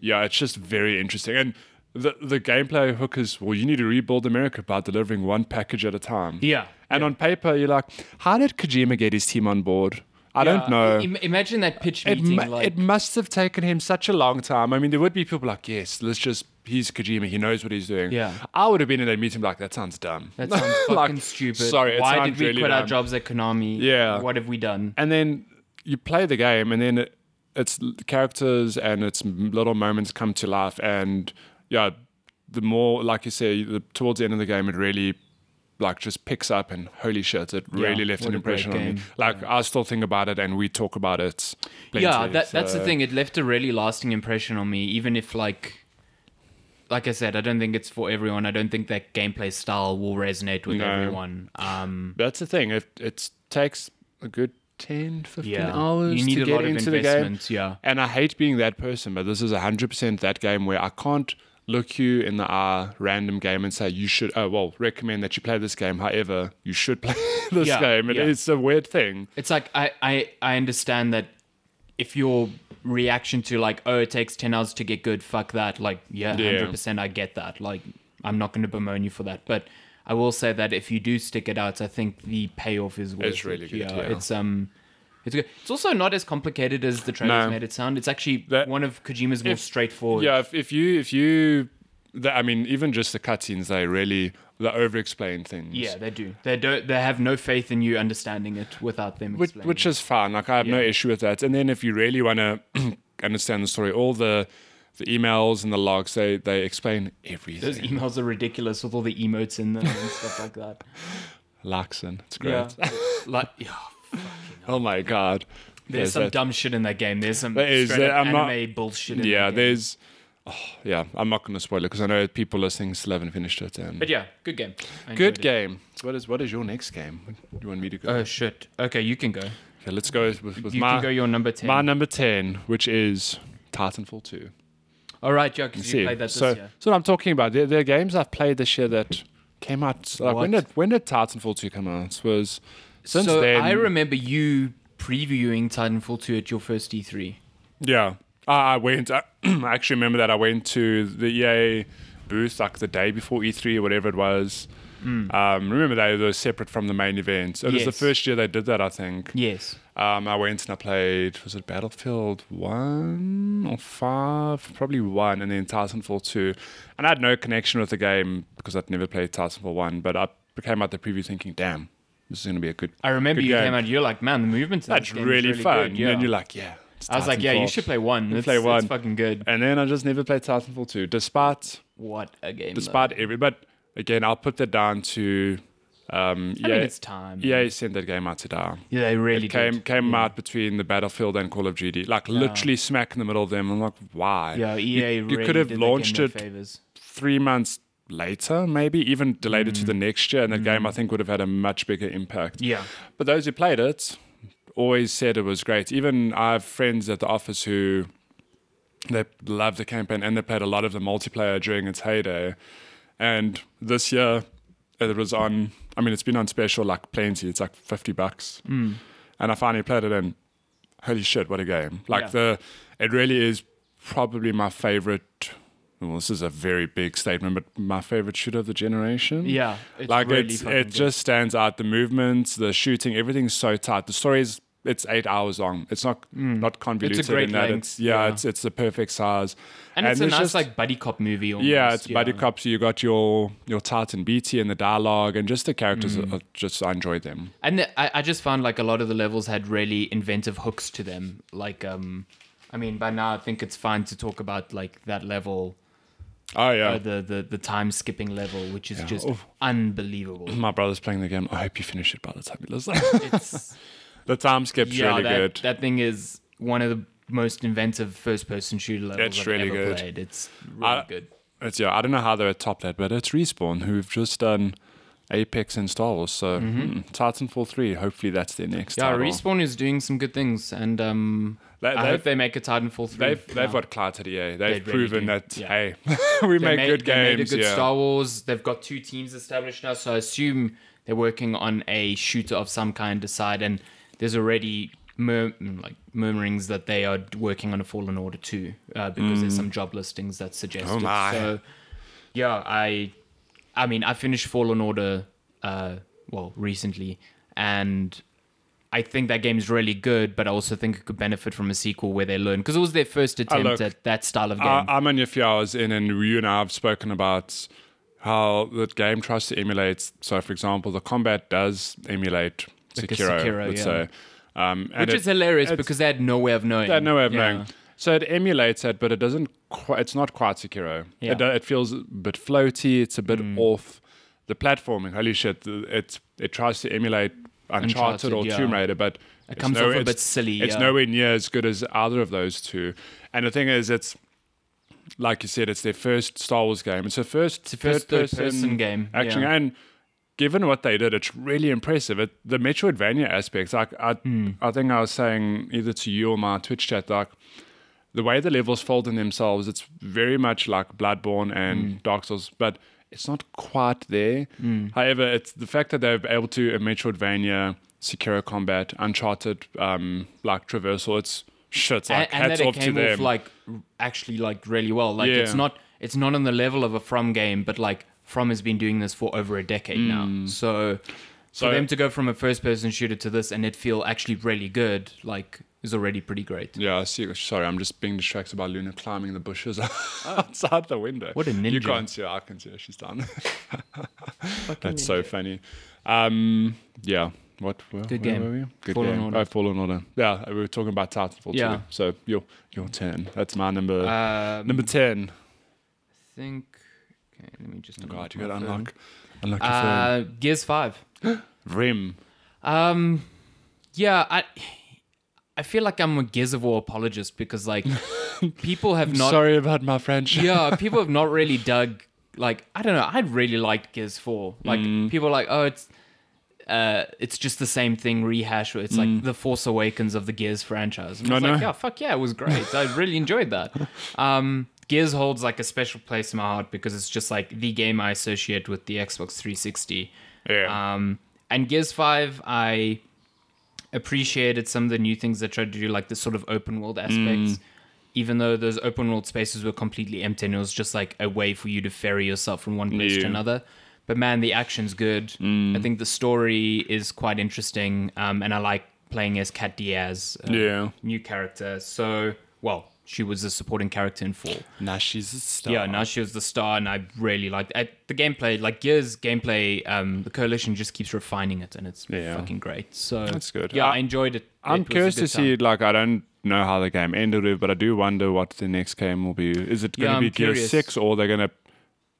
S2: yeah, it's just very interesting and. The, the gameplay hook is well, you need to rebuild America by delivering one package at a time.
S1: Yeah,
S2: And on paper, you're like, how did Kojima get his team on board? I don't know.
S1: Uh, Im- imagine that pitch
S2: It,
S1: meeting.
S2: mu-
S1: like,
S2: it must have taken him such a long time. I mean, there would be people like, yes, let's just, he's Kojima, he knows what he's doing.
S1: Yeah.
S2: I would have been in that meeting like, that sounds dumb.
S1: that sounds fucking
S2: Like,
S1: stupid.
S2: Sorry, it
S1: Why
S2: sounds
S1: did we
S2: really
S1: quit our
S2: dumb.
S1: jobs at Konami?
S2: Yeah.
S1: What have we done?
S2: And then you play the game, and then it, it's l- characters and its m- little moments come to life. And yeah, the more, like you say, the, towards the end of the game, it really like just picks up and holy shit it really left
S1: what
S2: an
S1: a great
S2: impression on me
S1: game.
S2: like i still think about it and we talk about it
S1: yeah,
S2: plenty,
S1: that, that's the
S2: so-
S1: thing. It left a really lasting impression on me, even if like. Like I said, I don't think it's for everyone. I don't think that gameplay style will resonate with
S2: No.
S1: everyone. Um,
S2: That's the thing. It it takes a good 10, 15
S1: yeah,
S2: hours
S1: you need
S2: to
S1: a
S2: get
S1: lot of
S2: into the game.
S1: investment. Yeah,
S2: And I hate being that person, but this is 100% that game where I can't look you in the eye, random game, and say, you should, oh, well, recommend that you play this game. However, you should play this
S1: Yeah,
S2: game. It-
S1: yeah.
S2: It's a weird thing.
S1: it's like I, I I understand that if your reaction to like oh it takes ten hours to get good, fuck that. Like yeah,
S2: Yeah.
S1: hundred percent, I get that. Like I'm not going to bemoan you for that, but I will say that if you do stick it out, I think the payoff is worth
S2: It's really
S1: it.
S2: good, yeah.
S1: it's um. It's, good. it's also not as complicated as the trailers
S2: No.
S1: made it sound. It's actually
S2: That-
S1: one of Kojima's more straightforward.
S2: Yeah, if, if you, if you, the, I mean, even just the cutscenes, they really, they over-explain things.
S1: Yeah, they do. They don't. They have no faith in you understanding it without them
S2: which,
S1: explaining.
S2: which is fine. Like I have no
S1: Yeah.
S2: issue with that. And then if you really want to understand the story, all the the emails and the logs they they explain everything.
S1: those e- emails are ridiculous with all the emotes in them and stuff like that.
S2: Laxon, it's great.
S1: Yeah, like yeah,
S2: Oh my god.
S1: There's some
S2: that-
S1: dumb shit in that game. There's some
S2: There is,
S1: straight
S2: there-
S1: up
S2: I'm not-
S1: anime bullshit. In
S2: yeah.
S1: that game.
S2: There's. Oh, yeah, I'm not going to spoil it because I know people listening still haven't finished it. And
S1: But yeah, good game. I enjoyed
S2: good
S1: it.
S2: game. What is what is your next game? You want me to go?
S1: Oh shit. Okay, you can go.
S2: okay, let's go with, with
S1: You
S2: my
S1: can go your number ten.
S2: my number ten, which is Titanfall two.
S1: All right, yeah, 'cause you
S2: See,
S1: played that this
S2: so,
S1: year.
S2: so what I'm talking about. There, there are games I've played this year that came out. Like when
S1: What?
S2: did when did Titanfall two come out? It was since
S1: so
S2: then.
S1: I remember you previewing Titanfall 2 at your first E E3.
S2: yeah, I, I went. I, I actually remember that I went to the EA booth like the day before E3 or whatever it was. Um, remember they were separate from the main events. It was
S1: Hmm. Yes.
S2: the first year they did that, I think.
S1: Yes.
S2: Um, I went and I played, was it Battlefield 1 or 5? Probably 1, and then Titanfall 2. And I had no connection with the game because I'd never played Titanfall 1, but I came out the preview thinking, damn, this is going to be a good.
S1: I remember
S2: good
S1: you
S2: game.
S1: came out. You're like, man, the movement. in
S2: That's
S1: this game is
S2: really, fun.
S1: good,
S2: And then
S1: yeah.
S2: you're like, yeah. it's
S1: I was like, yeah, you
S2: Titanfall.
S1: should play one. It's,
S2: play one.
S1: It's fucking good.
S2: And then I just never played Titanfall 2, despite
S1: What a game. though.
S2: despite every but again i'll put that down to Um,
S1: I
S2: yeah,
S1: mean, it's time.
S2: yeah, he sent that game out to die.
S1: Yeah, they really
S2: It came
S1: did.
S2: came out between the Battlefield and Call of Duty, like literally smack in the middle of them. I'm like, why?
S1: Yeah, EA
S2: you
S1: really
S2: could have
S1: did the
S2: launched
S1: game no
S2: it
S1: Favors.
S2: three months later, maybe even delayed
S1: Mm.
S2: it to the next year, and that game I think would have had a much bigger impact.
S1: Yeah.
S2: But those who played it always said it was great. Even I have friends at the office who they love the campaign and they played a lot of the multiplayer during its heyday. And this year it was on I mean it's been on special like plenty. It's like fifty bucks.
S1: Mm.
S2: And I finally played it and holy shit, what a game. Like
S1: Yeah.
S2: the it really is probably my favorite well, this is a very big statement, but my favorite shooter of the generation
S1: Yeah. It's
S2: like
S1: really
S2: it's,
S1: fucking
S2: it
S1: good.
S2: just stands out. The movements, the shooting, everything's so tight. The story is it's eight hours long. It's not not convoluted
S1: Mm. great
S2: in that.
S1: length,
S2: It's yeah,
S1: yeah.
S2: it's it's the perfect size.
S1: And, it's a nice
S2: just-
S1: like buddy cop movie. Almost.
S2: yeah, it's buddy cop. So you got your your Titan BT and the dialogue and just the characters.
S1: Mm.
S2: Are, just I enjoyed them.
S1: And the, I, I just found like a lot of the levels had really inventive hooks to them. Like, um, I mean, by now I think it's fine to talk about like that level,
S2: Oh yeah.
S1: uh, the, the the time skipping level, which is just
S2: Oof.
S1: unbelievable.
S2: my brother's playing the game. I hope you finish it by the time you listen.
S1: It's
S2: the time skip's
S1: yeah,
S2: really
S1: that,
S2: good.
S1: that thing is one of the most inventive first person shooter levels
S2: It's
S1: I've
S2: really
S1: ever
S2: good.
S1: played. It's really
S2: I-
S1: good.
S2: It's yeah, I don't know how they would top that, but it's Respawn who've just done Apex and Star Wars. So mm, Titanfall three, hopefully that's their next.
S1: Mm-hmm. Yeah,
S2: title.
S1: Respawn is doing some good things, and um,
S2: They-
S1: I
S2: they've-
S1: hope they make a Titanfall three.
S2: They've they've
S1: now.
S2: got clarity. Yeah, They've
S1: really
S2: proven
S1: do.
S2: that
S1: Yeah.
S2: hey, we
S1: They
S2: make
S1: made-
S2: good
S1: they made
S2: games.
S1: a good
S2: yeah.
S1: Star Wars. They've got two teams established now, so I assume they're working on a shooter of some kind to side. And there's already mur- mm, like murmurings that they are working on a Fallen Order too, uh, because there's some job listings that suggest
S2: Mm. Oh
S1: it.
S2: my.
S1: So yeah, I, I mean, I finished Fallen Order, uh, well, recently, and I think that game's really good. But I also think it could benefit from a sequel where they learn because it was their first attempt
S2: Ah, look, Ah,
S1: at that style of game.
S2: I, I'm only a few hours in, and you and I have spoken about how the game tries to emulate. So, for example, the combat does emulate
S1: Like a
S2: Sekiro.
S1: Sekiro,
S2: let's
S1: yeah.
S2: say. Um, and
S1: Which
S2: it-
S1: is hilarious
S2: it's-
S1: because they had no way of knowing.
S2: They had no way of
S1: Yeah.
S2: knowing. So it emulates it, but it doesn't. Qu- it's not quite Sekiro.
S1: Yeah. Mm.
S2: It, do- it feels a bit floaty. It's a bit off. The platforming, holy shit! th- It it tries to emulate
S1: Uncharted,
S2: Uncharted, or
S1: yeah.
S2: Tomb Raider, but it
S1: comes off a bit silly,
S2: It's
S1: yeah.
S2: nowhere near as good as either of those two. And the thing is, it's like you said, it's their first Star Wars game. It's their first,
S1: the first
S2: third-person
S1: third-person game,
S2: action,
S1: yeah.
S2: and given what they did, it's really impressive. It, the Metroidvania aspects, like I,
S1: Hmm.
S2: I think I was saying either to you or my Twitch chat, like the way the levels fold in themselves, it's very much like Bloodborne
S1: Hmm.
S2: and Dark Souls, but it's not quite there. However, it's the fact that they've been able to in Metroidvania, Sekiro combat, Uncharted, um, like traversal. It's shit. it's
S1: And,
S2: Like
S1: and
S2: hats
S1: that it
S2: off to
S1: came
S2: them.
S1: off like r- actually like really well. Like it's
S2: Yeah.
S1: not it's not on the level of a From game, but like From has been doing this for over a decade now. So,
S2: Hmm. So-
S1: for them to go from a first person shooter to this and it feel actually really good, like is already pretty great.
S2: Yeah, I see. Sorry, I'm just being distracted by Luna climbing the bushes outside the window.
S1: Ah. What a
S2: You
S1: ninja.
S2: can't see her. I can see her. She's down there. That's so funny. Um, yeah. What? Where,
S1: Good
S2: where
S1: game.
S2: Were we? Good
S1: Fallen
S2: game.
S1: Order.
S2: Oh, Fallen Order. Yeah, we were talking about Titanfall
S1: Yeah.
S2: too. So your your turn. That's my number
S1: Um,
S2: number ten.
S1: I think. Okay, let me just. unlock
S2: God, you
S1: my
S2: gotta
S1: phone.
S2: unlock unlock your phone.
S1: Uh, Gears Five.
S2: Rim.
S1: Um, yeah, I I feel like I'm a Gears of War apologist because like people have not
S2: Sorry about my French.
S1: yeah, people have not really dug. Like I don't know, I really liked Gears Four. Like people are like, oh, it's uh, it's just the same thing rehash. Or it's like the Force Awakens of the Gears franchise. And I was
S2: No,
S1: like,
S2: no.
S1: yeah, fuck yeah, it was great. I really enjoyed that. Um, Gears holds like a special place in my heart because it's just like the game I associate with the Xbox 360.
S2: Yeah.
S1: Um, and Gears 5, I appreciated some of the new things they tried to do, like the sort of open
S2: Mm.
S1: world aspects. Even though those open world spaces were completely empty and it was just like a way for you to ferry yourself from one place
S2: Yeah. Mm.
S1: to another. But man, the action's good. I think the story is quite interesting. Um, and I like playing as Kat Diaz, a
S2: Yeah.
S1: new character. So, well, she was a supporting character in 4.
S2: Now she's a star.
S1: Yeah, now she was the star, and I really liked I, the gameplay. Like Gears gameplay, um, the coalition just keeps refining it, and it's
S2: Yeah.
S1: fucking great. So
S2: That's good.
S1: Yeah,
S2: I-
S1: I, enjoyed it. It
S2: I'm
S1: was a
S2: curious
S1: good
S2: to see.
S1: time.
S2: Like, I don't know how the game ended, with, but I do wonder what the next game will be. Is it going
S1: Yeah,
S2: to
S1: I'm
S2: be Gear
S1: curious.
S2: Six, or they're going to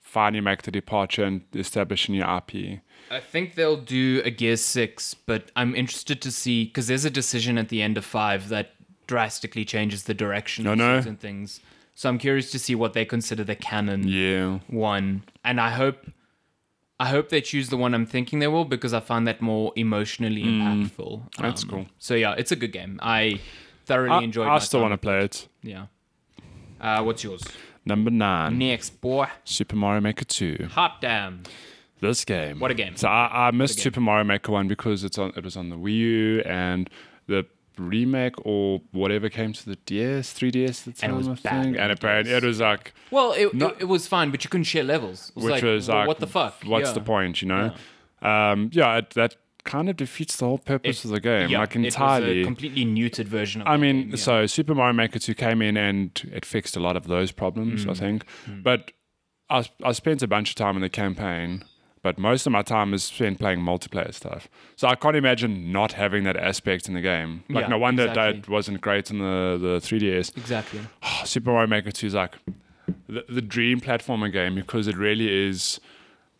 S2: finally make the departure and establish a new IP.
S1: I think they'll do a Gear 6, but I'm interested to see because there's a decision at the end of 5 that drastically changes the direction
S2: I
S1: of
S2: know.
S1: certain things. So I'm curious to see what they consider the canon
S2: Yeah.
S1: one. And I hope I hope they choose the one I'm thinking they will because I find that more emotionally impactful.
S2: Mm.
S1: Um,
S2: That's cool.
S1: So yeah, it's a good game. I thoroughly
S2: I,
S1: enjoyed
S2: I
S1: my
S2: still
S1: time.
S2: want to play it.
S1: Yeah. Uh, what's yours?
S2: Number nine,
S1: Next, boy.
S2: Super Mario Maker 2.
S1: Hot damn.
S2: This game.
S1: What a game.
S2: So I, I missed Super Mario Maker 1 because it's on it was on the Wii U and the remake or whatever came to the DS, 3DS at the
S1: And it
S2: time,
S1: was
S2: I
S1: bad
S2: think.
S1: on
S2: And
S1: the
S2: apparently it was like
S1: Well, it, it, it was fine, but you couldn't share levels. It was
S2: which
S1: like,
S2: was
S1: well,
S2: like
S1: what the fuck?
S2: What's
S1: Yeah.
S2: the point, you know? Yeah, um, yeah it, that kind of defeats the whole purpose of the game.
S1: Yeah,
S2: like
S1: It was
S2: entirely.
S1: a completely neutered version of
S2: I
S1: the
S2: mean,
S1: game, yeah.
S2: so Super Mario Maker 2 came in and it fixed a lot of those problems,
S1: Mm.
S2: I think. But I, I spent a bunch of time in the campaign, but most of my time is spent playing multiplayer stuff. So I can't imagine not having that aspect in the game. Like,
S1: Yeah,
S2: no wonder
S1: exactly.
S2: that wasn't great in the, the 3DS.
S1: Exactly.
S2: Super Mario Maker 2 is like the, the dream platformer game because it really is.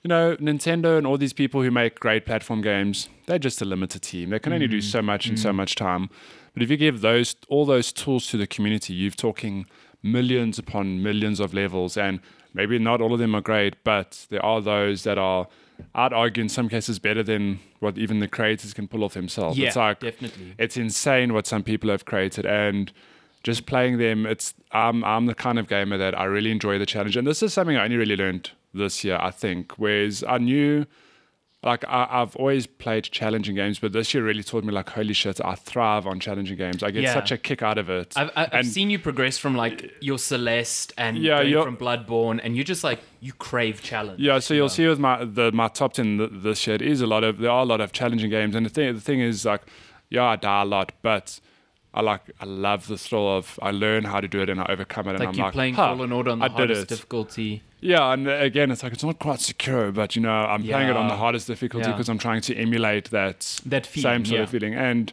S2: You know, Nintendo and all these people who make great platform games, they're just a limited team. They can only
S1: Mm-hmm.
S2: do so much in so much time. But if you give those all those tools to the community, you're talking millions upon millions of levels and maybe not all of them are great, but there are those that are I'd argue in some cases better than what even the creators can pull off themselves.
S1: Yeah,
S2: it's like
S1: definitely.
S2: Mm-hmm. it's insane what some people have created and just playing them it's I'm I'm the kind of gamer that I really enjoy the challenge and this is something I only really learned this year I think whereas I knew like I, I've always played challenging games but this year really taught me like holy shit I thrive on challenging games I get
S1: Yeah.
S2: such a kick out of it
S1: I've, I- I've
S2: and
S1: seen you progress from like your Celeste and
S2: Yeah,
S1: going
S2: you're-
S1: from Bloodborne, and you're just like you crave challenge.
S2: Yeah, so you'll see with my the my top ten th- this year, it is a lot of there are a lot of challenging games, and the thing the thing is like, yeah, I die a lot, but I like I love the thrill of I learn how to do it and I overcome it, and
S1: like
S2: I'm
S1: you're
S2: like,
S1: playing
S2: huh,
S1: Fallen Order on the
S2: I did
S1: hardest
S2: it.
S1: difficulty.
S2: yeah, and uh, again, it's like it's not quite secure, but you know, I'm playing it on the
S1: Yeah.
S2: hardest difficulty
S1: Yeah.
S2: because I'm trying to emulate that
S1: That
S2: same
S1: feeling,
S2: sort of
S1: yeah.
S2: feeling, and.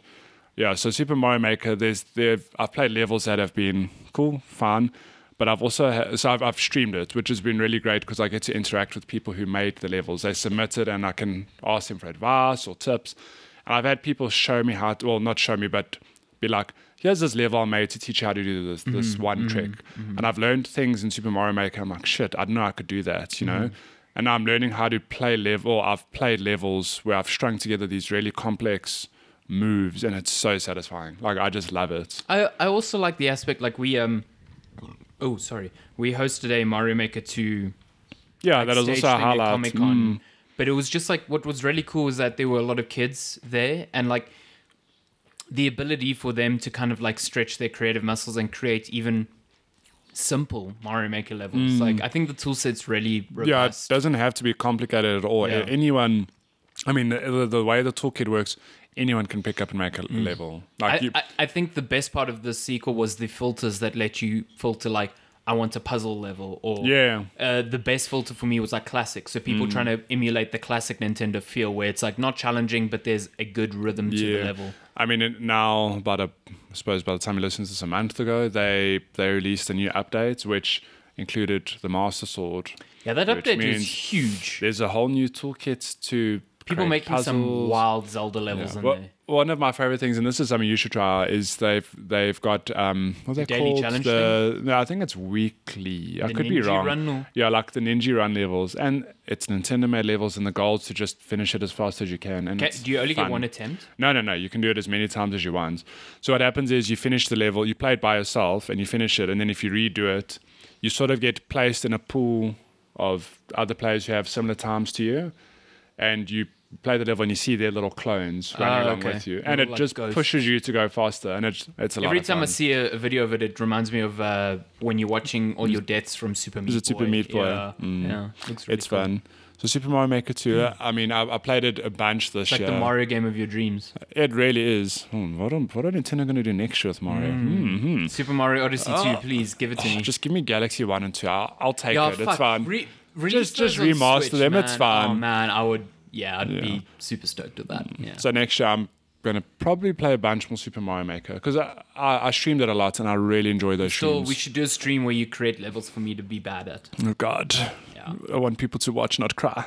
S2: Yeah, so Super Mario Maker, there's there I've played levels that have been cool, fun, but I've also ha- so I've, I've streamed it, which has been really great because I get to interact with people who made the levels. They submit it, and I can ask them for advice or tips. And I've had people show me how to well not show me, but be like, here's this level I made to teach you how to do this this one trick. And I've learned things in Super Mario Maker. I'm like, shit, I didn't know I could do that, you know. And now I'm learning how to play level. I've played levels where I've strung together these really complex moves and it's so satisfying. Like I just love it.
S1: I I also like the aspect like we um oh sorry we hosted a Mario Maker two
S2: Yeah,
S1: like,
S2: Oh, that is
S1: stage
S2: also a
S1: thing at
S2: highlight. Mm.
S1: Comic Con. But it was just like what was really cool was that there were a lot of kids there and like the ability for them to kind of like stretch their creative muscles and create even simple Mario Maker levels. Like I think the tool set's really
S2: Mm. Yeah, it
S1: robust.
S2: doesn't have to be complicated at all.
S1: Yeah.
S2: A- Anyone, I mean, the, the, the way the toolkit works, anyone can pick up and make a level. Like
S1: Mm. I,
S2: you,
S1: I, I think the best part of the sequel was the filters that let you filter like I want a puzzle level or
S2: yeah,
S1: uh, the best filter for me was like classic. So
S2: Mm.
S1: people trying to emulate the classic Nintendo feel where it's like not challenging, but there's a good rhythm to the level.
S2: I mean, it, now about a, I suppose by the time you listen to this a month ago, they they released a new update which included the Master Sword.
S1: Yeah, that
S2: Which
S1: update
S2: means
S1: was huge.
S2: There's a whole new toolkit to
S1: People
S2: create
S1: making some
S2: puzzles.
S1: wild Zelda levels in
S2: Well,
S1: there.
S2: One of my favorite things, and this is something you should try, is they've they've got um, what are they
S1: Daily
S2: called?
S1: challenge
S2: the, No, I think it's weekly. I
S1: The
S2: could be
S1: Ninja
S2: wrong.
S1: Run or-
S2: Yeah, like the ninja run levels, and it's Nintendo made levels, and the goal is to just finish it as fast as you can. And
S1: Ca
S2: it's
S1: do you only
S2: fun.
S1: get one attempt?
S2: No, no, no. You can do it as many times as you want. So what happens is you finish the level, you play it by yourself, and you finish it. And then if you redo it, you sort of get placed in a pool of other players who have similar times to you, and you play the level and you see their little clones running
S1: Ah,
S2: along
S1: okay.
S2: with you,
S1: Little,
S2: and it
S1: like,
S2: just
S1: ghosts.
S2: pushes you to go faster. And it's it's a lot.
S1: Every
S2: of
S1: time I
S2: fun.
S1: see a, a video of it, it reminds me of uh, when you're watching all your deaths from Super Meat
S2: it Super
S1: Boy.
S2: Meat Boy? Mm.
S1: Yeah, yeah. Looks really
S2: it's
S1: cool.
S2: fun. So Super Mario Maker 2, I mean, I, I played it a bunch this
S1: It's like
S2: year.
S1: the Mario game of your dreams.
S2: it really is. Hmm, what, are, what are Nintendo going to do next year with Mario? hmm
S1: Super Mario Odyssey 2,
S2: Oh.
S1: please give it to me.
S2: Just give me Galaxy One and Two. I'll, I'll take
S1: yeah,
S2: it.
S1: fuck.
S2: It's fine.
S1: Re-
S2: Just-
S1: release
S2: just
S1: those on
S2: remaster
S1: Switch,
S2: them,
S1: man.
S2: it's fine.
S1: Oh man, I would. Yeah, I'd
S2: Yeah. Mm.
S1: be super stoked at that. Yeah.
S2: so next year I'm gonna probably play a bunch more Super Mario Maker because I, I I streamed it a lot and I really enjoy those
S1: So
S2: streams.
S1: we should do a stream where you create levels for me to be bad at.
S2: oh God,
S1: Yeah.
S2: I want people to watch, not cry.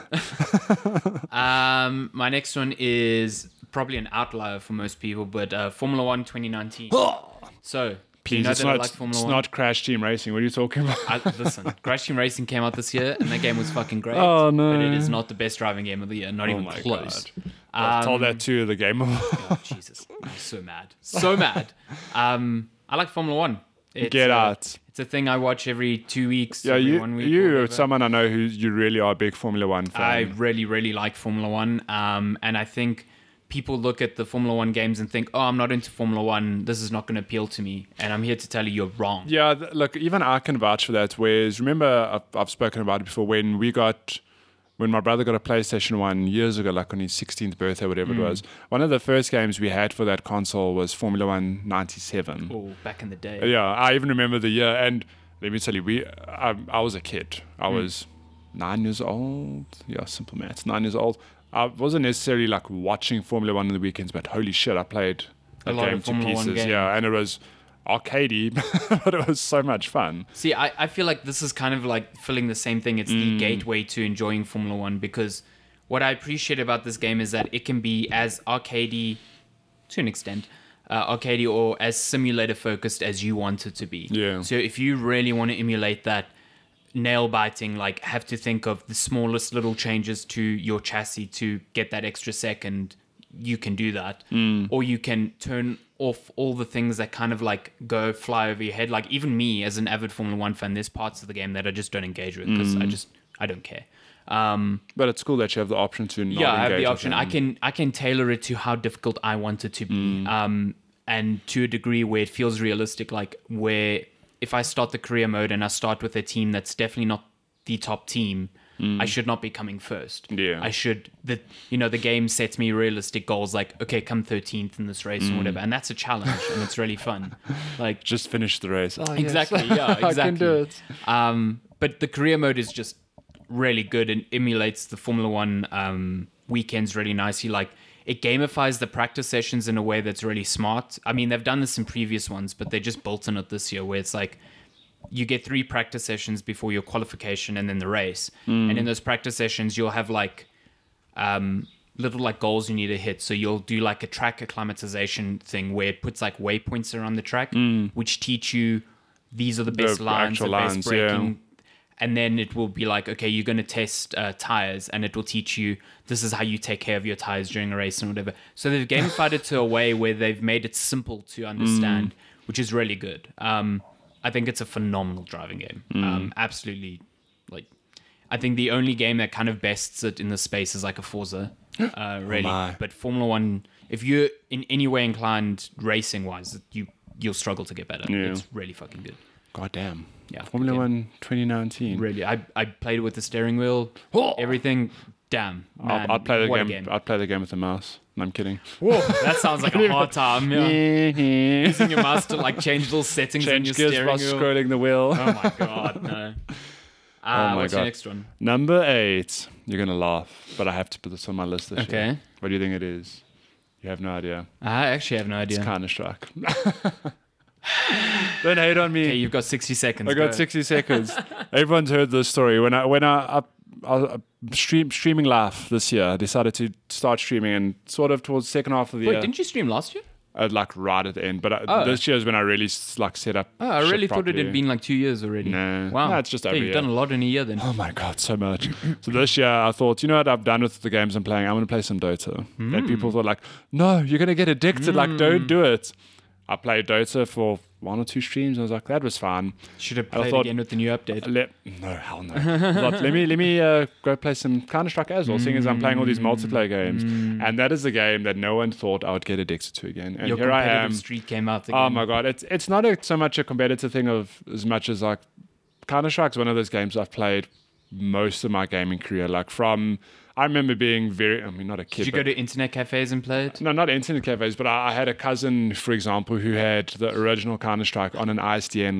S1: Um, my next one is probably an outlier for most people, but uh, Formula One 2019. so, do you know
S2: it's
S1: that I
S2: not,
S1: like Formula
S2: it's
S1: One?
S2: not Crash Team Racing. What are you talking about?
S1: I, listen, Crash Team Racing came out this year, and that game was fucking great.
S2: Oh, no. Oh
S1: But it is not the best driving game of the year. Not even
S2: my
S1: close. Um,
S2: I was told that to the game.
S1: Oh, Jesus, I'm so mad, so mad. Um, I like Formula One. It's,
S2: Get
S1: uh,
S2: out.
S1: It's a thing I watch every two weeks.
S2: Yeah,
S1: every
S2: you,
S1: one week. or
S2: you,
S1: whatever.
S2: someone I know who you really are a big Formula One fan.
S1: I really, really like Formula One. Um, and I think people look at the Formula One games and think, oh, I'm not into Formula One. This is not going to appeal to me. And I'm here to tell you you're wrong.
S2: Yeah, th- look, even I can vouch for that. Whereas, remember, I've, I've spoken about it before. When we got, when my brother got a PlayStation 1 years ago, like on his 16th birthday, whatever it was, one of the first games we had for that console was Formula 1 97.
S1: Oh, back in the day.
S2: Yeah, I even remember the year. And let me tell you, we I, I was a kid. I
S1: Mm.
S2: was nine years old. Yeah, simple maths. Nine years old. I wasn't necessarily like watching Formula One on the weekends, but holy shit, I played
S1: A
S2: that
S1: lot of
S2: game to
S1: Formula One
S2: pieces. Yeah, and it was arcadey, but it was so much fun.
S1: See, I, I feel like this is kind of like filling the same thing. It's the gateway to enjoying Formula One because what I appreciate about this game is that it can be as arcadey, to an extent, uh, arcadey or as simulator focused as you want it to be.
S2: Yeah.
S1: So if you really want to emulate that nail biting, like have to think of the smallest little changes to your chassis to get that extra second, you can do that. Or you can turn off all the things that kind of like go fly over your head. Like even me as an avid Formula One fan, there's parts of the game that I just don't engage with because I just I don't care. Um,
S2: But it's cool that you have the option to not
S1: yeah, I have
S2: engage
S1: the
S2: with
S1: option. I
S2: them. Mm.
S1: can I can tailor it to how difficult I want it to be, um, and to a degree where it feels realistic. Like where if I start the career mode and I start with a team that's definitely not the top team, I should not be coming first.
S2: Mm. Yeah.
S1: I should the you know the game sets me realistic goals like okay, come thirteenth in this
S2: Mm.
S1: race or whatever, and that's a challenge and it's really fun. Like
S2: just finish the race. Oh, yes.
S1: exactly, yeah, exactly.
S2: I can do it.
S1: Um, but the career mode is just really good and emulates the Formula One um, weekends really nicely. Like it gamifies the practice sessions in a way that's really smart. I mean, they've done this in previous ones, but they just built in it this year, where it's like you get three practice sessions before your qualification and then the race. And
S2: Hmm.
S1: in those practice sessions, you'll have like um, little like goals you need to hit. So you'll do like a track acclimatization thing where it puts like waypoints around the track, which teach you these are the best lines, the
S2: Hmm. actual
S1: best
S2: lines, yeah.
S1: braking. And then it will be like, okay, you're going to test uh, tires, and it will teach you this is how you take care of your tires during a race and whatever. So they've gamified it to a way where they've made it simple to understand,
S2: Hmm.
S1: which is really good. Um, I think it's a phenomenal driving game.
S2: Mm.
S1: Um, absolutely, like I think the only game that kind of bests it in this space is like a Forza, uh, really.
S2: Oh my.
S1: but Formula One, if you're in any way inclined racing wise, you you'll struggle to get better.
S2: Yeah.
S1: It's really fucking good.
S2: God damn.
S1: Yeah,
S2: Formula
S1: yeah.
S2: One 2019.
S1: Really, I I played with the steering wheel,
S2: Oh.
S1: everything. Damn, man,
S2: I'll, I'll play the
S1: what a
S2: game. I'll play the game with the mouse. No, I'm kidding.
S1: that sounds like a hard time. Yeah.
S2: Change
S1: Using your mouse to like change little settings on your
S2: gears
S1: steering
S2: while
S1: wheel.
S2: scrolling the wheel.
S1: Oh my god, no. Uh,
S2: my
S1: what's
S2: God.
S1: your next one?
S2: Number eight. You're gonna laugh, but I have to put this on my list this year.
S1: Okay.
S2: What do you think it is? You have no idea.
S1: I actually have no idea.
S2: It's Counter Strike. Don't hate on me.
S1: Okay, you've got sixty seconds.
S2: I got
S1: go.
S2: 60 seconds. Everyone's heard this story. When I when I, I, I was, uh, stream streaming live this year, I decided to start streaming and sort of towards the second half of the
S1: Wait,
S2: year,
S1: didn't you stream last year?
S2: uh, like right at the end. But I,
S1: Oh.
S2: this year is when I really s- like set up.
S1: Oh, I
S2: shit
S1: really thought it
S2: properly.
S1: had been like two years already.
S2: No.
S1: Wow.
S2: No, it's just
S1: Yeah,
S2: every
S1: You've
S2: year.
S1: done a lot in a year then.
S2: Oh my god, so much. so this year I thought, you know what I've done with the games I'm playing? I'm gonna play some Dota. And
S1: Hmm.
S2: people were like, No, you're gonna get addicted, like don't do it. I played Dota for one or two streams and I was like, that was fun.
S1: Should have
S2: I
S1: played
S2: thought-
S1: again with the new update.
S2: Let no hell no. But let me let me uh, go play some Counter Strike as well, seeing as I'm playing all these multiplayer games, and that is a game that no one thought I would get addicted to again. And
S1: Hmm. Your
S2: here I
S1: competitive
S2: am.
S1: streak came out again.
S2: Oh my god, it's it's not a, so much a competitive thing of as much as like Counter Strike's one of those games I've played most of my gaming career. Like from I remember being very I mean not a kid.
S1: Did you
S2: but-
S1: go to internet cafes and play it?
S2: no, not internet cafes, but I, I had a cousin, for example, who had the original Counter Strike on an ISDN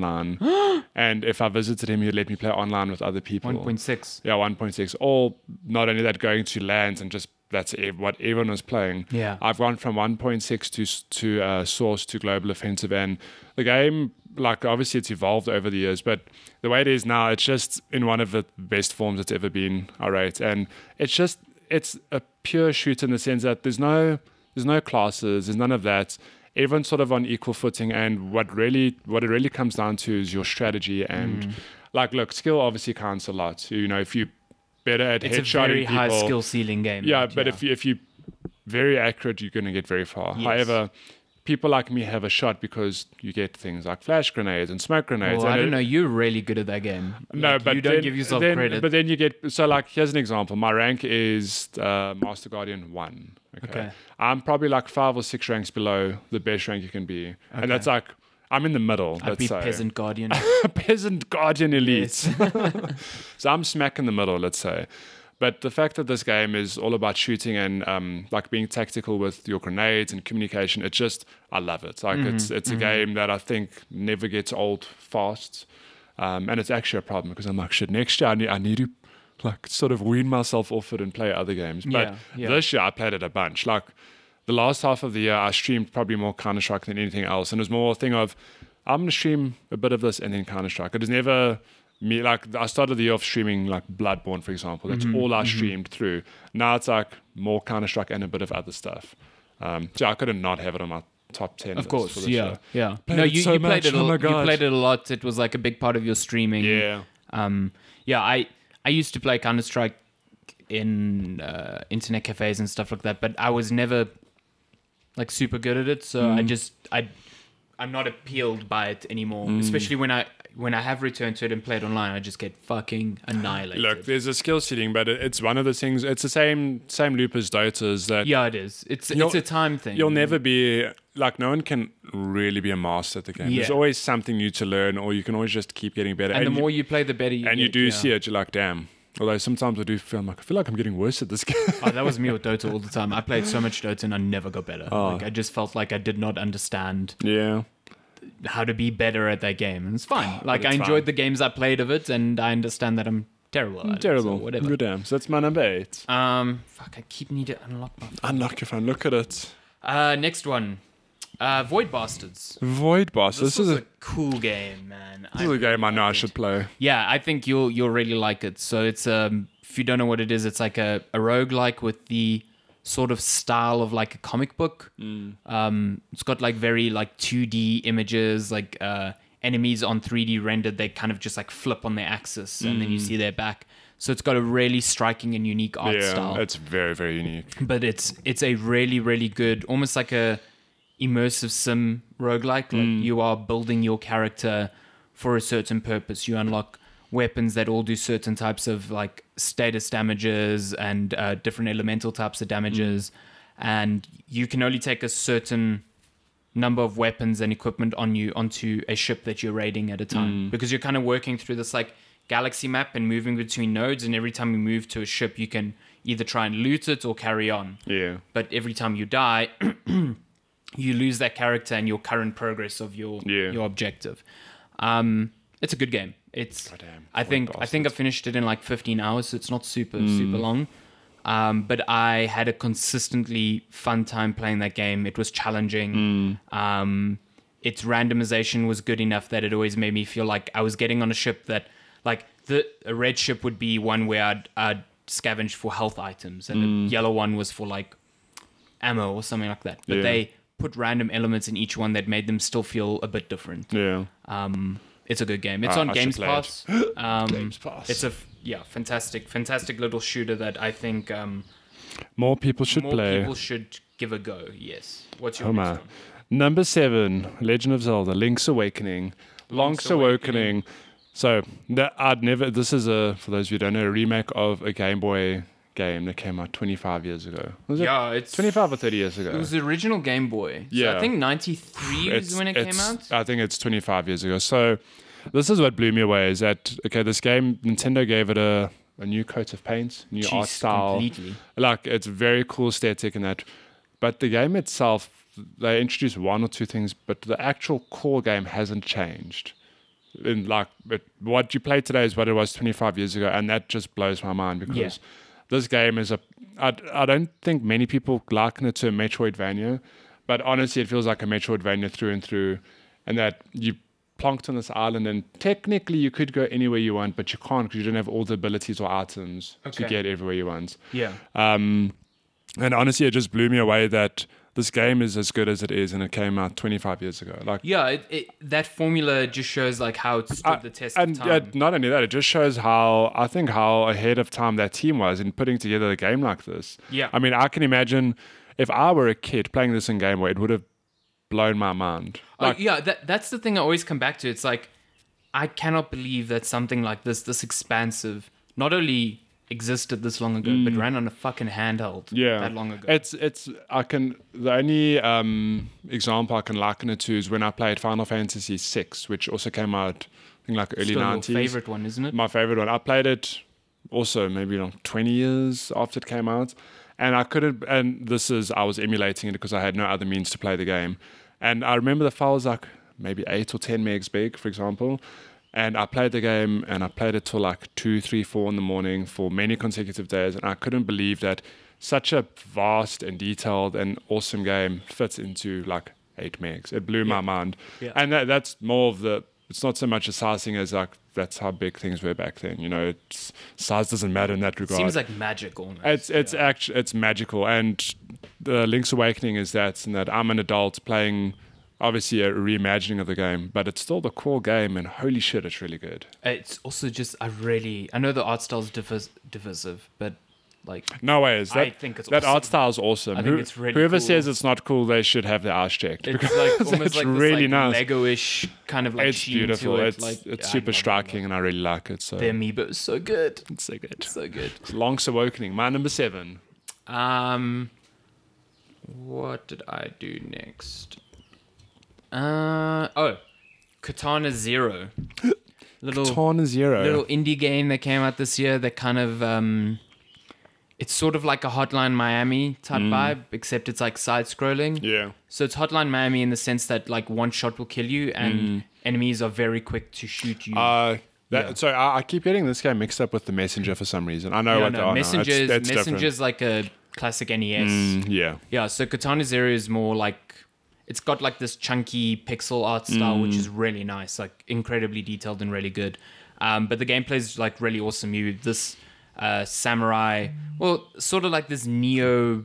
S2: line, and if I visited him, he'd let me play online with other people.
S1: 1.6.
S2: Yeah, 1.6. All not only that, going to lands and just that's ev- what everyone was playing.
S1: Yeah.
S2: I've gone from 1.6 to s- to uh, source to global offensive, and the game like obviously it's evolved over the years, but the way it is now, it's just in one of the best forms it's ever been. All right, and it's just it's a pure shoot in the sense that there's no there's no classes, there's none of that. Everyone's sort of on equal footing, and what really what it really comes down to is your strategy
S1: Mm.
S2: and like look, skill obviously counts a lot. You know, if you better at
S1: It's
S2: headshotting
S1: a very
S2: people,
S1: high skill ceiling game.
S2: yeah,
S1: right?
S2: but if you, if you very accurate, you're going to get very far.
S1: Yes.
S2: However, people like me have a shot because you get things like flash grenades and smoke grenades.
S1: Well, I
S2: and
S1: don't
S2: it-
S1: know. You're really good at that game.
S2: No,
S1: Like,
S2: but
S1: you don't
S2: then-
S1: give yourself
S2: then-
S1: credit.
S2: But then you get so like here's an example. My rank is uh, Master Guardian one. Okay?
S1: Okay.
S2: I'm probably like five or six ranks below the best rank you can be, and that's like I'm in the middle.
S1: I'd
S2: let's
S1: be
S2: say.
S1: peasant guardian.
S2: peasant guardian elite. so I'm smack in the middle, let's say. But the fact that this game is all about shooting and um, like being tactical with your grenades and communication, it's just I love it. Like it's it's a game that I think never gets old fast, um, and it's actually a problem because I'm like shit. Next year I need I need to like sort of wean myself off it and play other games. But
S1: Yeah, yeah.
S2: this year I played it a bunch. Like the last half of the year I streamed probably more Counter Strike than anything else. And it was more a thing of I'm gonna stream a bit of this and then Counter Strike. It was never me like I started the year off streaming like Bloodborne, for example. That's
S1: Mm-hmm.
S2: all I streamed through. Now it's like more Counter Strike and a bit of other stuff. Um, so I couldn't not have it on my top ten.
S1: of course, yeah, yeah.
S2: Played
S1: no,
S2: it
S1: you,
S2: so
S1: you played
S2: much,
S1: it. A,
S2: oh my
S1: you
S2: God.
S1: played it a lot. It was like a big part of your streaming.
S2: Yeah.
S1: Um, yeah, I I used to play Counter Strike in uh, internet cafes and stuff like that, but I was never like super good at it. So
S2: Mm.
S1: I just I I'm not appealed by it anymore.
S2: Mm.
S1: Especially when I when I have returned to it and played online, I just get fucking annihilated.
S2: Look, there's a skill ceiling, but it- it's one of those things. It's the same same loop as Dota is that
S1: yeah, it is. It's
S2: You'll-
S1: it's a time thing.
S2: You'll never be like no one can really be a master at the game. There's
S1: Yeah.
S2: always something new to learn, or you can always just keep getting better.
S1: and, the
S2: you,
S1: more you play, the better you
S2: and you
S1: get,
S2: do
S1: yeah.
S2: see it, you're like, damn. Although sometimes I do feel I'm like I feel like I'm getting worse at this game.
S1: Oh, that was me with Dota all the time. I played so much Dota and I never got better.
S2: Oh.
S1: Like I just felt like I did not understand
S2: yeah,
S1: how to be better at that game, and it's fine. like I
S2: it's
S1: enjoyed
S2: fine.
S1: the games I played of it, and I understand that I'm terrible. At It,
S2: terrible.
S1: so whatever.
S2: Good damn. So that's my number eight.
S1: Um, fuck. I keep need to unlock my.
S2: Unlock your phone. Look at it.
S1: Uh, next one. Uh, Void Bastards.
S2: Void boss.
S1: This,
S2: This,
S1: was
S2: is
S1: a,
S2: a,
S1: cool game, man.
S2: this is a game I know I should play.
S1: Yeah, I think you'll you'll really like it. So it's um if you don't know what it is, it's like a, a roguelike with the sort of style of like a comic book. Um it's got like very like 2D images, like uh enemies on 3D rendered, they kind of just like flip on their axis and then you see their back. So it's got a really striking and unique art
S2: yeah,
S1: style
S2: it's very very unique.
S1: but it's it's a really really good almost like a immersive sim roguelike like you are building your character for a certain purpose you unlock weapons that all do certain types of like status damages and uh, different elemental types of damages and you can only take a certain number of weapons and equipment on you onto a ship that you're raiding at a time because you're kind of working through this like galaxy map and moving between nodes and every time you move to a ship you can either try and loot it or carry on
S2: Yeah.
S1: but every time you die you lose that character and your current progress of your
S2: Yeah.
S1: your objective um it's a good game it's
S2: Goddamn,
S1: i
S2: Void
S1: think i think i finished it in like 15 hours so it's not super super long um, but I had a consistently fun time playing that game. It was challenging. Um, its randomization was good enough that it always made me feel like I was getting on a ship that, like, the a red ship would be one where I'd, I'd scavenge for health items, and
S2: Mm.
S1: a yellow one was for like ammo or something like that. But
S2: Yeah.
S1: they put random elements in each one that made them still feel a bit different.
S2: Yeah.
S1: Um, it's a good game. It's
S2: Ah,
S1: on
S2: I should
S1: Games
S2: play
S1: Pass.
S2: it.
S1: Um,
S2: Games Pass.
S1: It's a f- yeah, fantastic, fantastic little shooter that I think um,
S2: More people should
S1: more
S2: play. Oh,
S1: people should give a go. Yes. What's your
S2: Homer.
S1: next one?
S2: Number seven, Legend of Zelda: Link's Awakening. Link's Awakening. So that I'd never. This is a for those of you who don't know, a remake of a Game Boy game that came out 25 years ago. Was it
S1: Yeah, it's
S2: 25 or 30 years ago?
S1: It was the original Game Boy. So I
S2: Yeah.
S1: think '93 was
S2: It's-
S1: when it came
S2: it's- uh,
S1: out.
S2: I think it's 25 years ago. So this is what blew me away is that okay, this game Nintendo gave it a a new coat of paint, new art
S1: Jeez,
S2: style.
S1: completely.
S2: Like it's very cool aesthetic and that, but the game itself, they introduced one or two things, but the actual core game hasn't changed. And like, it, what you play today is what it was 25 years ago, and that just blows my mind because this game is a. I, I don't think many people liken it to a Metroidvania, but honestly, it feels like a Metroidvania through and through, and that you plonked on this island, and technically you could go anywhere you want, but you can't because you don't have all the abilities or items
S1: Okay.
S2: to get everywhere you want.
S1: Yeah.
S2: Um, and honestly, it just blew me away that this game is as good as it is, and it came out 25 years ago. Like,
S1: Yeah, it, it, that formula just shows like how it stood
S2: I-
S1: the test
S2: and
S1: of time.
S2: uh, not only that, it just shows how I think how ahead of time that team was in putting together a game like this.
S1: Yeah.
S2: I mean, I can imagine if I were a kid playing this in Game Boy, it would have blown my mind.
S1: Oh, yeah, that, that's the thing I always come back to. It's like I cannot believe that something like this, this expansive, not only existed this long ago, but ran on a fucking handheld
S2: Mm. yeah
S1: that long ago.
S2: it's it's i can the only um example i can liken it to is when i played final fantasy VI, which also came out i think like early
S1: Still your
S2: 90s
S1: favorite one, isn't it?
S2: my favorite one i played it also maybe like 20 years after it came out and i couldn't and this is i was emulating it because i had no other means to play the game and i remember the file was like maybe 8 or 10 megs big for example and I played the game and I played it till like two, three, four in the morning for many consecutive days. And I couldn't believe that such a vast and detailed and awesome game fits into like eight megs. It blew my mind.
S1: Yeah.
S2: And that, that's more of the, it's not so much a size thing as like, that's how big things were back then. You know, it's, size doesn't matter in that regard.
S1: Seems like magic almost.
S2: It's it's actually it's magical, and the Link's Awakening is that, and that I'm an adult playing, obviously a reimagining of the game, but it's still the core game, and holy shit, it's really good.
S1: It's also just I really I know the art style's divers, divisive, but like
S2: No ways. That,
S1: I think it's
S2: that
S1: awesome.
S2: art style is awesome.
S1: I think
S2: Who-
S1: it's really
S2: whoever
S1: cool.
S2: says it's not cool, they should have their eyes checked.
S1: it's
S2: because
S1: like almost
S2: it's
S1: like this,
S2: really
S1: like,
S2: nice.
S1: Lego-ish kind of like
S2: it's
S1: sheen to
S2: beautiful.
S1: it,
S2: It's
S1: like,
S2: it's
S1: I
S2: super
S1: love it.
S2: striking, and I really like it. So
S1: The amiibo is so good,
S2: it's so good.
S1: so good.
S2: Link's Awakening, my number seven.
S1: Um, what did I do next? Uh oh, Katana Zero, little
S2: Torn Zero.
S1: little indie game that came out this year. That kind of um, it's sort of like a Hotline Miami
S2: Mm.
S1: type vibe, except it's like side scrolling.
S2: yeah.
S1: So it's Hotline Miami in the sense that like one shot will kill you, and
S2: Hmm.
S1: enemies are very quick to shoot you.
S2: Uh, that, So I, I keep getting this game mixed up with the messenger for some reason. I know
S1: no,
S2: what they
S1: no,
S2: are now. It's-
S1: messengers,
S2: that's different.
S1: messengers like a classic E NES.
S2: Mm, yeah,
S1: Yeah, so Katana Zero is more like it's got like this chunky pixel art style, which
S2: Mm.
S1: is really nice, like incredibly detailed and really good. Um, but the gameplay is like really awesome. You this uh, samurai, well, sort of like this neo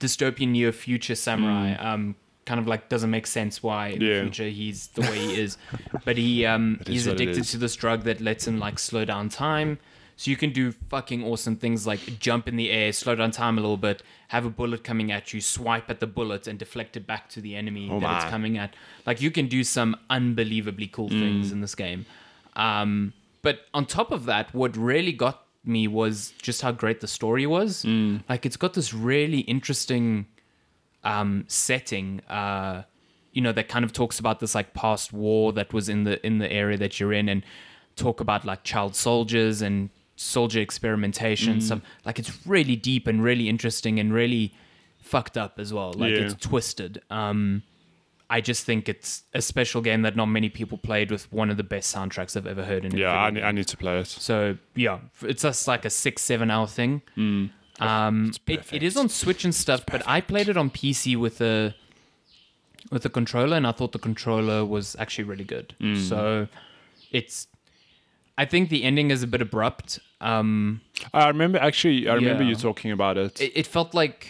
S1: dystopian neo future samurai. Um, kind of like doesn't make sense why in the
S2: Mm. Yeah.
S1: future he's the way he is, but he um,
S2: is
S1: he's
S2: what it
S1: addicted
S2: is.
S1: to this drug that lets him like slow down time. So you can do fucking awesome things like jump in the air, slow down time a little bit, have a bullet coming at you, swipe at the bullet and deflect it back to the enemy that it's
S2: my.
S1: coming at. Like you can do some unbelievably cool things in this game. Um, but on top of that, what really got me was just how great the story was. Like it's got this really interesting um, setting, uh, you know, that kind of talks about this like past war that was in the in the area that you're in, and talk about like child soldiers and soldier experimentation.
S2: Mm.
S1: Some like it's really deep and really interesting and really fucked up as well. Like
S2: Yeah.
S1: it's twisted. Um, I just think it's a special game that not many people played with one of the best soundtracks I've ever heard in a
S2: yeah.
S1: video
S2: I,
S1: game.
S2: ne- I need to play it.
S1: So yeah, f- it's just like a six seven hour thing. Um, it, it is on Switch and stuff, but I played it on PC with a with a controller, and I thought the controller was actually really good. So it's, I think the ending is a bit abrupt. Um,
S2: I remember actually. I remember
S1: Yeah.
S2: you talking about it.
S1: it, it felt like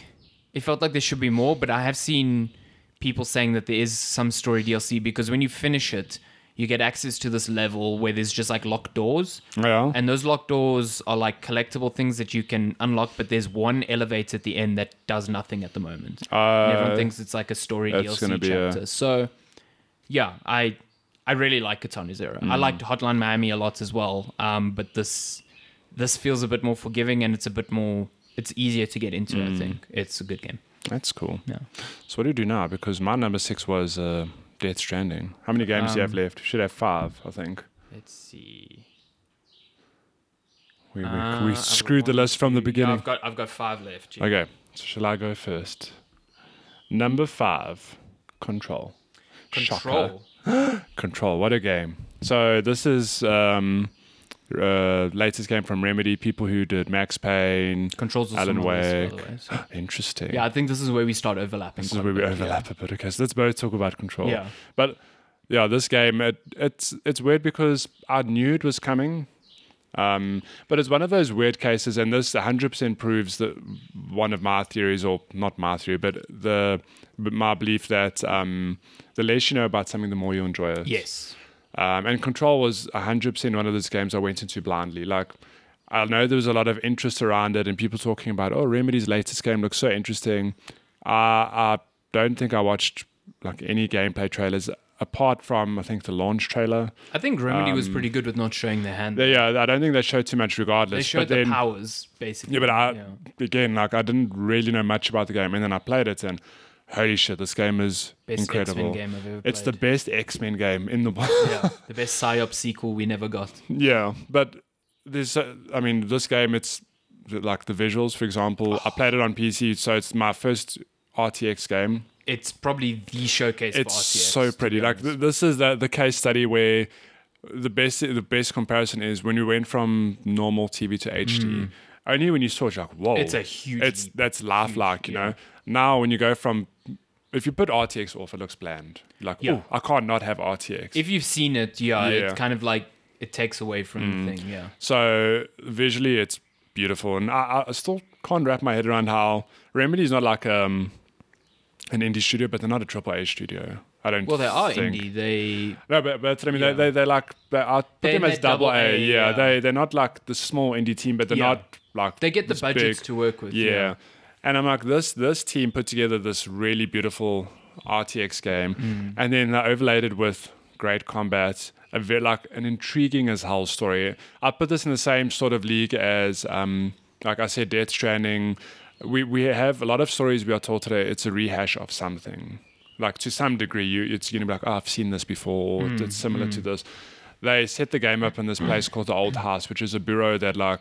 S1: it felt like there should be more, but I have seen people saying that there is some story DLC because when you finish it, you get access to this level where there's just like locked doors.
S2: yeah.
S1: And those locked doors are like collectible things that you can unlock, but there's one elevator at the end that does nothing at the moment. And everyone
S2: Uh,
S1: thinks it's like a story
S2: that's
S1: DLC
S2: gonna be a-
S1: chapter. So, yeah, I I really like Katana Zero.
S2: Mm.
S1: I liked Hotline Miami a lot as well, um, but this this feels a bit more forgiving and it's a bit more it's easier to get into.
S2: Mm.
S1: I think it's a good game.
S2: That's cool.
S1: Yeah.
S2: So what do you do now? Because my number six was uh, Death Stranding. How many games
S1: Um,
S2: do you have left? Should have five, I think.
S1: Let's see.
S2: We we,
S1: Uh,
S2: we
S1: I've got
S2: screwed the
S1: one,
S2: list from the
S1: two- yeah,
S2: beginning.
S1: I've got I've got five left. yeah.
S2: okay. So shall I go first? Number five, Control. Shocker.
S1: Control.
S2: Control, what a game! So this is um, uh, latest game from Remedy, people who did Max Payne.
S1: Controls also
S2: Alan
S1: on the list, by
S2: Wake.
S1: the way, so-
S2: Interesting.
S1: Yeah, I think this is where we start overlapping.
S2: this is
S1: quite
S2: where
S1: a
S2: we
S1: bit, yeah.
S2: overlap a bit. Okay, so let's both talk about Control.
S1: Yeah.
S2: but yeah, this game it, it's it's weird because I knew it was coming, um, but it's one of those weird cases, and this 100% proves that one of my theories, or not my theory, but the but my belief that um, the less you know about something, the more you enjoy it.
S1: Yes.
S2: Um, and Control was 100% one of those games I went into blindly. Like, I know there was a lot of interest around it and people talking about, oh, Remedy's latest game looks so interesting. Uh, I don't think I watched like any gameplay trailers apart from, I think, the launch trailer.
S1: I think Remedy was pretty good with not showing their hand. They,
S2: Yeah, I don't think Um, they showed too much regardless.
S1: showed
S2: but
S1: their
S2: then,
S1: powers, basically.
S2: yeah, but I, again, like, I didn't really know much about the game. And then I played it and holy shit, this game is
S1: Best
S2: incredible.
S1: X-Men game I've ever
S2: it's the
S1: played.
S2: best X Men game in the world.
S1: yeah, the best psyop sequel we never got.
S2: Yeah, but this, uh, I mean, this game, it's th- like the visuals, for example. I played it on PC, so it's my first RTX game.
S1: It's probably the showcase
S2: It's
S1: for RTX.
S2: so pretty. Like th- this is the, the case study where the best the best comparison is when we went from normal TV to HD. Only when you saw it, you're like, whoa,
S1: Hmm. It's a huge
S2: It's
S1: leap.
S2: that's lifelike, you know. Now when you go from, if you put RTX off, it looks bland. You're like,
S1: Yeah.
S2: oh, I can't not have RTX.
S1: If you've seen it, yeah,
S2: Yeah. Mm.
S1: it's kind of like it takes away from the thing. Yeah.
S2: So visually, it's beautiful, and I, I still can't wrap my head around how Remedy's not like um, an indie studio, but they're not a triple A studio. I don't.
S1: Well, they are
S2: think.
S1: indie. They
S2: No, but, but I mean,
S1: Yeah.
S2: they, they they like they are put
S1: They're
S2: them as
S1: that double
S2: double A.
S1: A,
S2: yeah,
S1: yeah.
S2: they they're not like the small indie team, but they're
S1: Yeah.
S2: not like
S1: they get the
S2: this
S1: budgets
S2: big.
S1: to work with.
S2: Yeah. And I'm like, this this team put together this really beautiful RTX game, and then they overlaid it with great combat, a very like an intriguing as hell story. I put this in the same sort of league as, um, like I said, Death Stranding. We we have a lot of stories we are told today. It's a rehash of something, like to some degree. You it's gonna be like, oh, I've seen this before. or It's similar to this. They set the game up in this place called the Old House, which is a bureau that like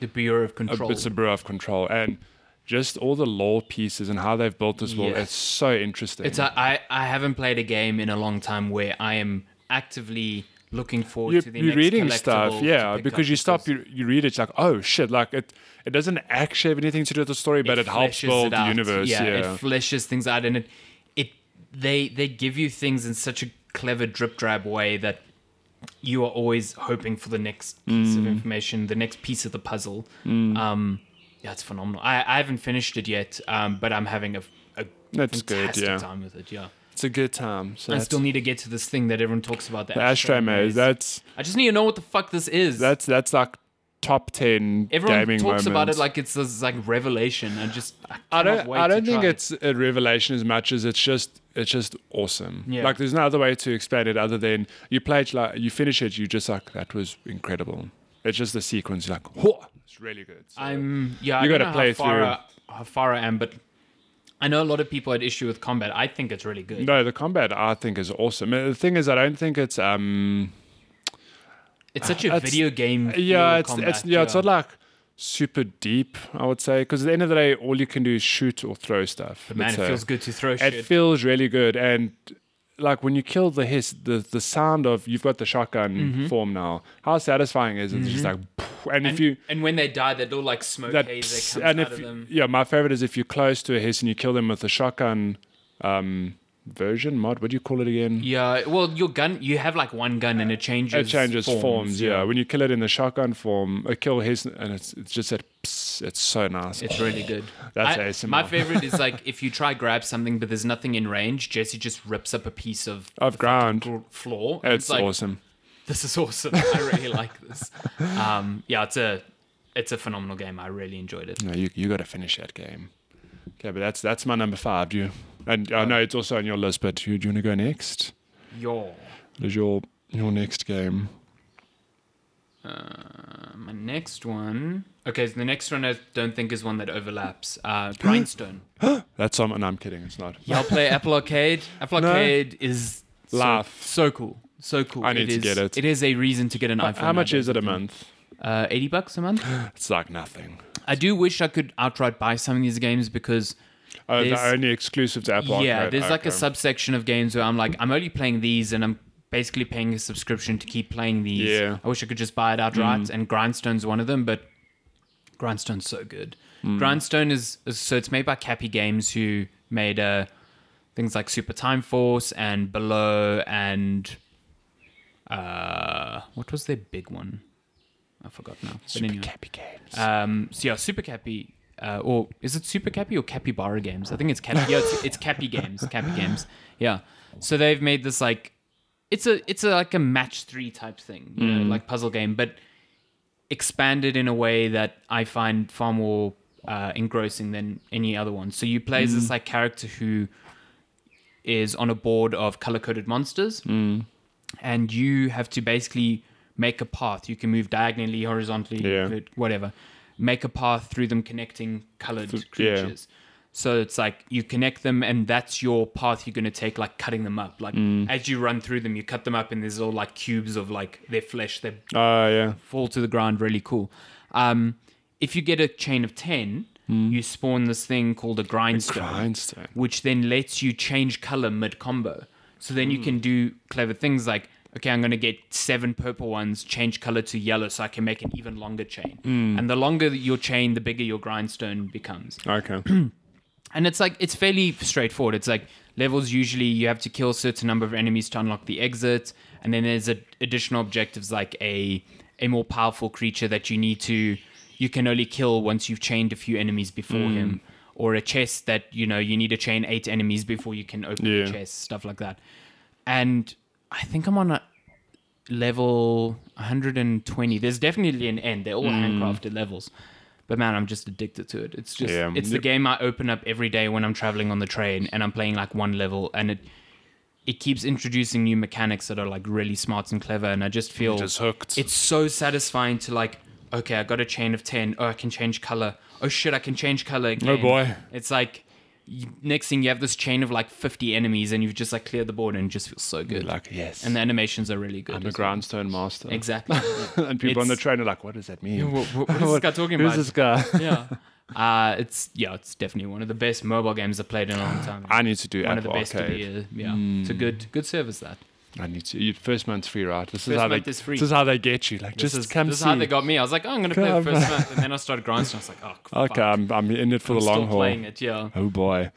S1: The Bureau of
S2: a
S1: Control.
S2: bits of Bureau of Control and just all the lore pieces and how they've built this world.
S1: Yeah.
S2: It's so interesting.
S1: It's a, I, I haven't played a game in a long time where I am actively looking forward
S2: you're,
S1: to the
S2: you're
S1: next
S2: reading
S1: collectible
S2: stuff,
S1: to
S2: yeah,
S1: pick
S2: because
S1: up
S2: you stop, you, you read it, it's like, oh shit, like it, it doesn't actually have anything to do with the story, but it, helps
S1: fleshes
S2: build
S1: it
S2: the
S1: out.
S2: universe. Yeah,
S1: it fleshes things out, and it it they they give you things in such a clever drip drab way that you are always hoping for the next piece
S2: Mm.
S1: of information, the next piece of the puzzle. Um, yeah, it's phenomenal. I, I haven't finished it yet, um, but I'm having a, a
S2: That's good,
S1: fantastic
S2: yeah.
S1: time with it. Yeah,
S2: it's a good time. So
S1: I
S2: that's,
S1: still need to get to this thing that everyone talks about. The,
S2: Astro Maze,
S1: maze.
S2: that's
S1: I just need to know what the fuck this is.
S2: that's that's like top ten
S1: everyone
S2: gaming
S1: talks about it
S2: moments.
S1: like it's this like revelation. I just I,
S2: I
S1: cannot
S2: don't.
S1: Wait
S2: I
S1: to
S2: don't think
S1: try it.
S2: it's a revelation as much as it's just. It's just awesome.
S1: Yeah.
S2: Like there's no other way to explain it other than you play it, like you finish it, you just like that was incredible. It's just the sequence. You're like, whoa, it's really good. So-
S1: I'm yeah.
S2: You
S1: I don't
S2: gotta
S1: know
S2: play
S1: how far,
S2: through.
S1: I, how far I am, but I know a lot of people had issue with combat. I think it's really good.
S2: no, the combat I think is awesome. And The thing is, I don't think it's um.
S1: It's such a
S2: It's-
S1: video game.
S2: Yeah,
S1: feel
S2: it's
S1: combat,
S2: it's yeah, it's not like super deep. I would say because at the end of the day, all you can do is shoot or throw stuff.
S1: man.
S2: It's
S1: It
S2: a-
S1: feels good to throw shit.
S2: It feels really good, and like when you kill the hiss, the the sound of you've got the shotgun form now. How satisfying is it? It's just like, and,
S1: Mm-hmm. and,
S2: if you
S1: and when they die, that little like smoke
S2: that,
S1: haze that comes
S2: and
S1: out
S2: if
S1: of them.
S2: yeah, my favorite is if you're close to a hiss and you kill them with the shotgun um, version mod. What do you call it again?
S1: Yeah, well, your gun, you have like one gun and it changes.
S2: It changes forms, yeah. When you kill it in the shotgun form, a kill hiss, and it's, it's just that. Pss, it's so nice.
S1: It's really good.
S2: That's
S1: I-
S2: ASMR.
S1: My favorite is like if you try grab something but there's nothing in range, Jesse just rips up a piece of
S2: Of ground.
S1: gr- floor. and
S2: It's
S1: like,
S2: awesome.
S1: this is awesome. I really like this. Um, yeah, it's a it's a phenomenal game. I really enjoyed it.
S2: No, you you got to finish that game. Okay, but that's that's my number five. Do you? And I know it's also on your list, but you, do you want to go next?
S1: Yo,
S2: What is your your next game?
S1: uh, my next one. Okay, so the next one I don't think is one that overlaps. Uh, Grindstone.
S2: That's on. No, I'm kidding. It's not.
S1: Y'all play Apple Arcade. Apple
S2: No.
S1: Arcade is so,
S2: Laugh.
S1: so cool. So cool.
S2: I need to
S1: is-
S2: get it.
S1: It is a reason to get an iPhone.
S2: How much
S1: nowadays,
S2: is it
S1: I
S2: a
S1: think.
S2: month?
S1: Uh, 80 bucks a month.
S2: It's like nothing.
S1: I do wish I could outright buy some of these games because
S2: Oh, they're
S1: There's-
S2: only exclusive to Apple.
S1: yeah,
S2: Arcade.
S1: there's like a
S2: Okay.
S1: subsection of games where I'm like, I'm only playing these, and I'm basically paying a subscription to keep playing these.
S2: Yeah.
S1: I wish I could just buy it outright, and Grindstone's one of them, but Grindstone's so good. Grindstone is, is so it's made by Cappy Games, who made a things like Super Time Force and Below and uh, what was their big one? I forgot now. But
S2: Super
S1: anyway.
S2: Cappy Games.
S1: Um, so yeah, Super Cappy, uh, or is it Super Cappy or Capybara Games? I think it's Cappy. Yeah, it's, it's Cappy Games. Cappy Games. Yeah. So they've made this like, it's a it's a, like a match three type thing, you know, like puzzle game, but expanded in a way that I find far more uh, engrossing than any other one. So you play as this like character who is on a board of color coded monsters, and you have to basically make a path. You can move diagonally, horizontally,
S2: Yeah.
S1: vert- whatever. Make a path through them, connecting colored
S2: Th- yeah.
S1: creatures. So it's like you connect them, and that's your path you're going to take, like cutting them up. Like
S2: Mm.
S1: as you run through them, you cut them up, and there's all like cubes of like their flesh, their
S2: Oh, yeah.
S1: fall to the ground really cool. Um, if you get a chain of 10, you spawn this thing called a grindstone,
S2: Mm. Grindstone.
S1: which then lets you change color mid combo. So then you
S2: Mm.
S1: can do clever things like, okay, I'm going to get seven purple ones, change color to yellow so I can make an even longer chain.
S2: Mm.
S1: And the longer that your chain, the bigger your grindstone becomes
S2: Okay.
S1: and it's like it's fairly straightforward it's like levels usually you have to kill a certain number of enemies to unlock the exit and then there's a, additional objectives like a a more powerful creature that you need to you can only kill once you've chained a few enemies before him or a chest that you know you need to chain eight enemies before you can open
S2: Yeah.
S1: the chest stuff like that and i think i'm on a level 120 there's definitely an end they're all
S2: Hmm.
S1: handcrafted levels but man i'm just addicted to it it's just
S2: Yeah.
S1: it's the game i open up every day when i'm traveling on the train and i'm playing like one level and it it keeps introducing new mechanics that are like really smart and clever and i just feel
S2: Just hooked.
S1: it's so satisfying to like okay i got a chain of 10 oh i can change color oh shit i can change color again
S2: Oh, boy.
S1: it's like you, next thing you have this chain of like 50 enemies and you've just like cleared the board and it just feels so good
S2: like, yes.
S1: and
S2: And
S1: the animations are really good
S2: I'm a
S1: as well.
S2: grindstone master.
S1: exactly
S2: and people on the
S1: It's-
S2: train are like, what does that mean?
S1: what, what- what is this guy talking
S2: Who's
S1: about
S2: this guy?
S1: yeah uh, it's yeah it's definitely one of the best mobile games i've played in a long time
S2: I need to do
S1: one of the
S2: Apple
S1: best of the
S2: Arcade. Hmm.
S1: year yeah it's a good good service that
S2: I need to. You, first month's free, right? This is
S1: First
S2: how they.
S1: month is free.
S2: This is how they get you. Like, just
S1: this is,
S2: come
S1: this is
S2: see.
S1: how they got me i was like oh, i'm gonna play the
S2: Come.
S1: first month and then i started grinding i was like oh fuck.
S2: okay, I'm, I'm in it for
S1: I'm
S2: the
S1: still
S2: long haul.
S1: playing it yeah
S2: Oh boy.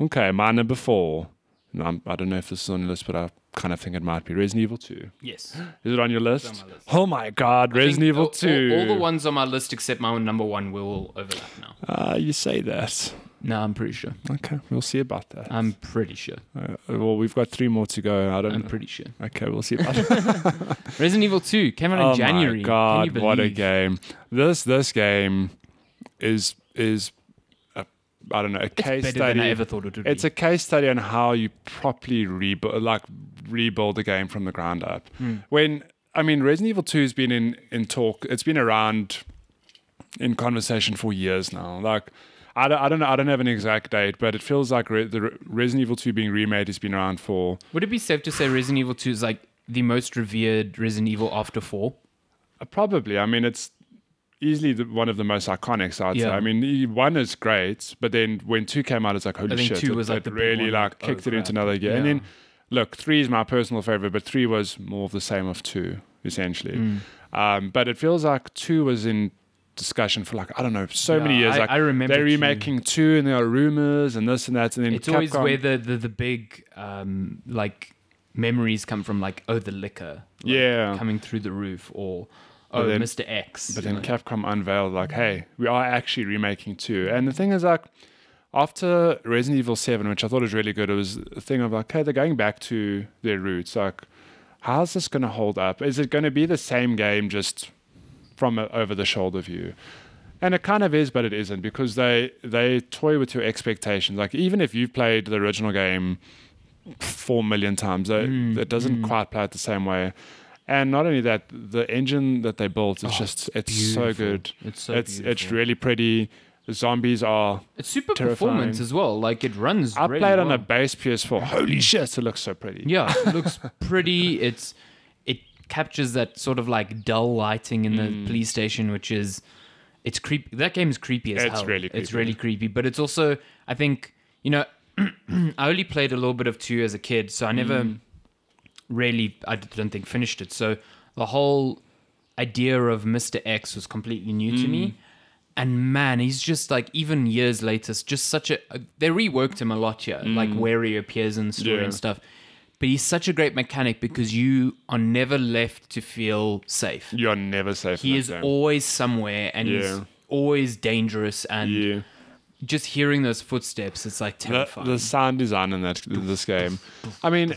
S2: Okay, my number four. And I'm, I don't know if this is on your list, but I kind of think it might be Resident Evil 2.
S1: yes
S2: Is it on your list?
S1: on my list.
S2: Oh my God, Resident Evil
S1: All- all-
S2: 2.
S1: All, the ones on my list except my number one will overlap now.
S2: Ah, you say that.
S1: No, I'm pretty sure.
S2: Okay, we'll see about that.
S1: I'm pretty sure.
S2: Uh, well, we've got three more to go. I don't.
S1: I'm
S2: know.
S1: pretty sure.
S2: okay, we'll see about that.
S1: Resident Evil 2 came out in
S2: oh
S1: January.
S2: my
S1: Can you
S2: God,
S1: believe?
S2: what a game! This this game is is a, I don't know a
S1: It's
S2: case
S1: better
S2: study.
S1: than I ever thought it would
S2: It's
S1: be.
S2: a case study on how you properly rebuild, like rebuild the game from the ground up.
S1: Hmm.
S2: When I mean, Resident Evil Two has been in in talk. It's been around in conversation for years now. Like, I don't, I don't know. I don't have an exact date, but it feels like Re- the Re- Resident Evil Two being remade has been around for.
S1: Would it be safe to say Resident Evil 2 is like the most revered Resident Evil after 4?
S2: Uh, Probably. I mean, it's easily the, one of the most iconic. So I'd
S1: Yeah.
S2: say. I mean, e- one is great, but then when two came out, it's like holy
S1: think
S2: shit!
S1: two
S2: it-
S1: was, like,
S2: it
S1: the big
S2: really
S1: one,
S2: like
S1: like, oh,
S2: kicked it into
S1: crap.
S2: another gear. And
S1: Yeah.
S2: then, look, three is my personal favorite, but three was more of the same of two essentially.
S1: Mm.
S2: Um, but it feels like two was in discussion for like I don't know so many
S1: Yeah,
S2: years.
S1: I-
S2: like
S1: I remember
S2: they're
S1: two.
S2: remaking two, and there are rumors and this and that, and then
S1: It's always
S2: Capcom-
S1: where the, the, the big um, like memories come from, like, oh, the liquor. like,
S2: Yeah.
S1: Coming through the roof or, oh,
S2: then-
S1: Mr. X.
S2: But
S1: you
S2: then
S1: know.
S2: Capcom unveiled like, hey, we are actually remaking two. And the thing is like after Resident Evil Seven, which I thought was really good, it was a thing of like, hey, they're going back to their roots. Like, how's this gonna hold up? Is it gonna be the same game just from a over the shoulder view? And it kind of is, but it isn't because they they toy with your expectations. Like even if you've played the original game four million times, they,
S1: Mm,
S2: it doesn't quite play it the same way. And not only that, the engine that they built is just it's so
S1: Oh, beautiful.
S2: good.
S1: It's so
S2: it's it's
S1: beautiful.
S2: really pretty. The zombies are.
S1: It's super
S2: terrifying.
S1: performance as well. Like, it runs
S2: I
S1: really
S2: played on
S1: well.
S2: a base PS4. Holy shit! It looks so pretty.
S1: Yeah, it looks pretty. It's it captures that sort of like dull lighting in the
S2: Mm.
S1: police station, which is it's creepy. That game is creepy as
S2: It's
S1: hell.
S2: really
S1: It's
S2: creepy.
S1: really creepy, but it's also I think you know I only played a little bit of two as a kid, so I never
S2: Mm.
S1: really I don't think finished
S2: Mm.
S1: it. So the whole idea of Mr X was completely new to me. And man, he's just like even years later, s- just such a. uh, They reworked him a lot here, like where he appears in the story
S2: Mm. Yeah.
S1: and stuff. But he's such a great mechanic because you are never left to feel safe.
S2: You're never safe. in
S1: He
S2: that
S1: is
S2: game.
S1: always somewhere, and he's
S2: Yeah.
S1: always dangerous. And
S2: Yeah.
S1: just hearing those footsteps, it's like
S2: The,
S1: terrifying.
S2: the sound design in that this game, I mean,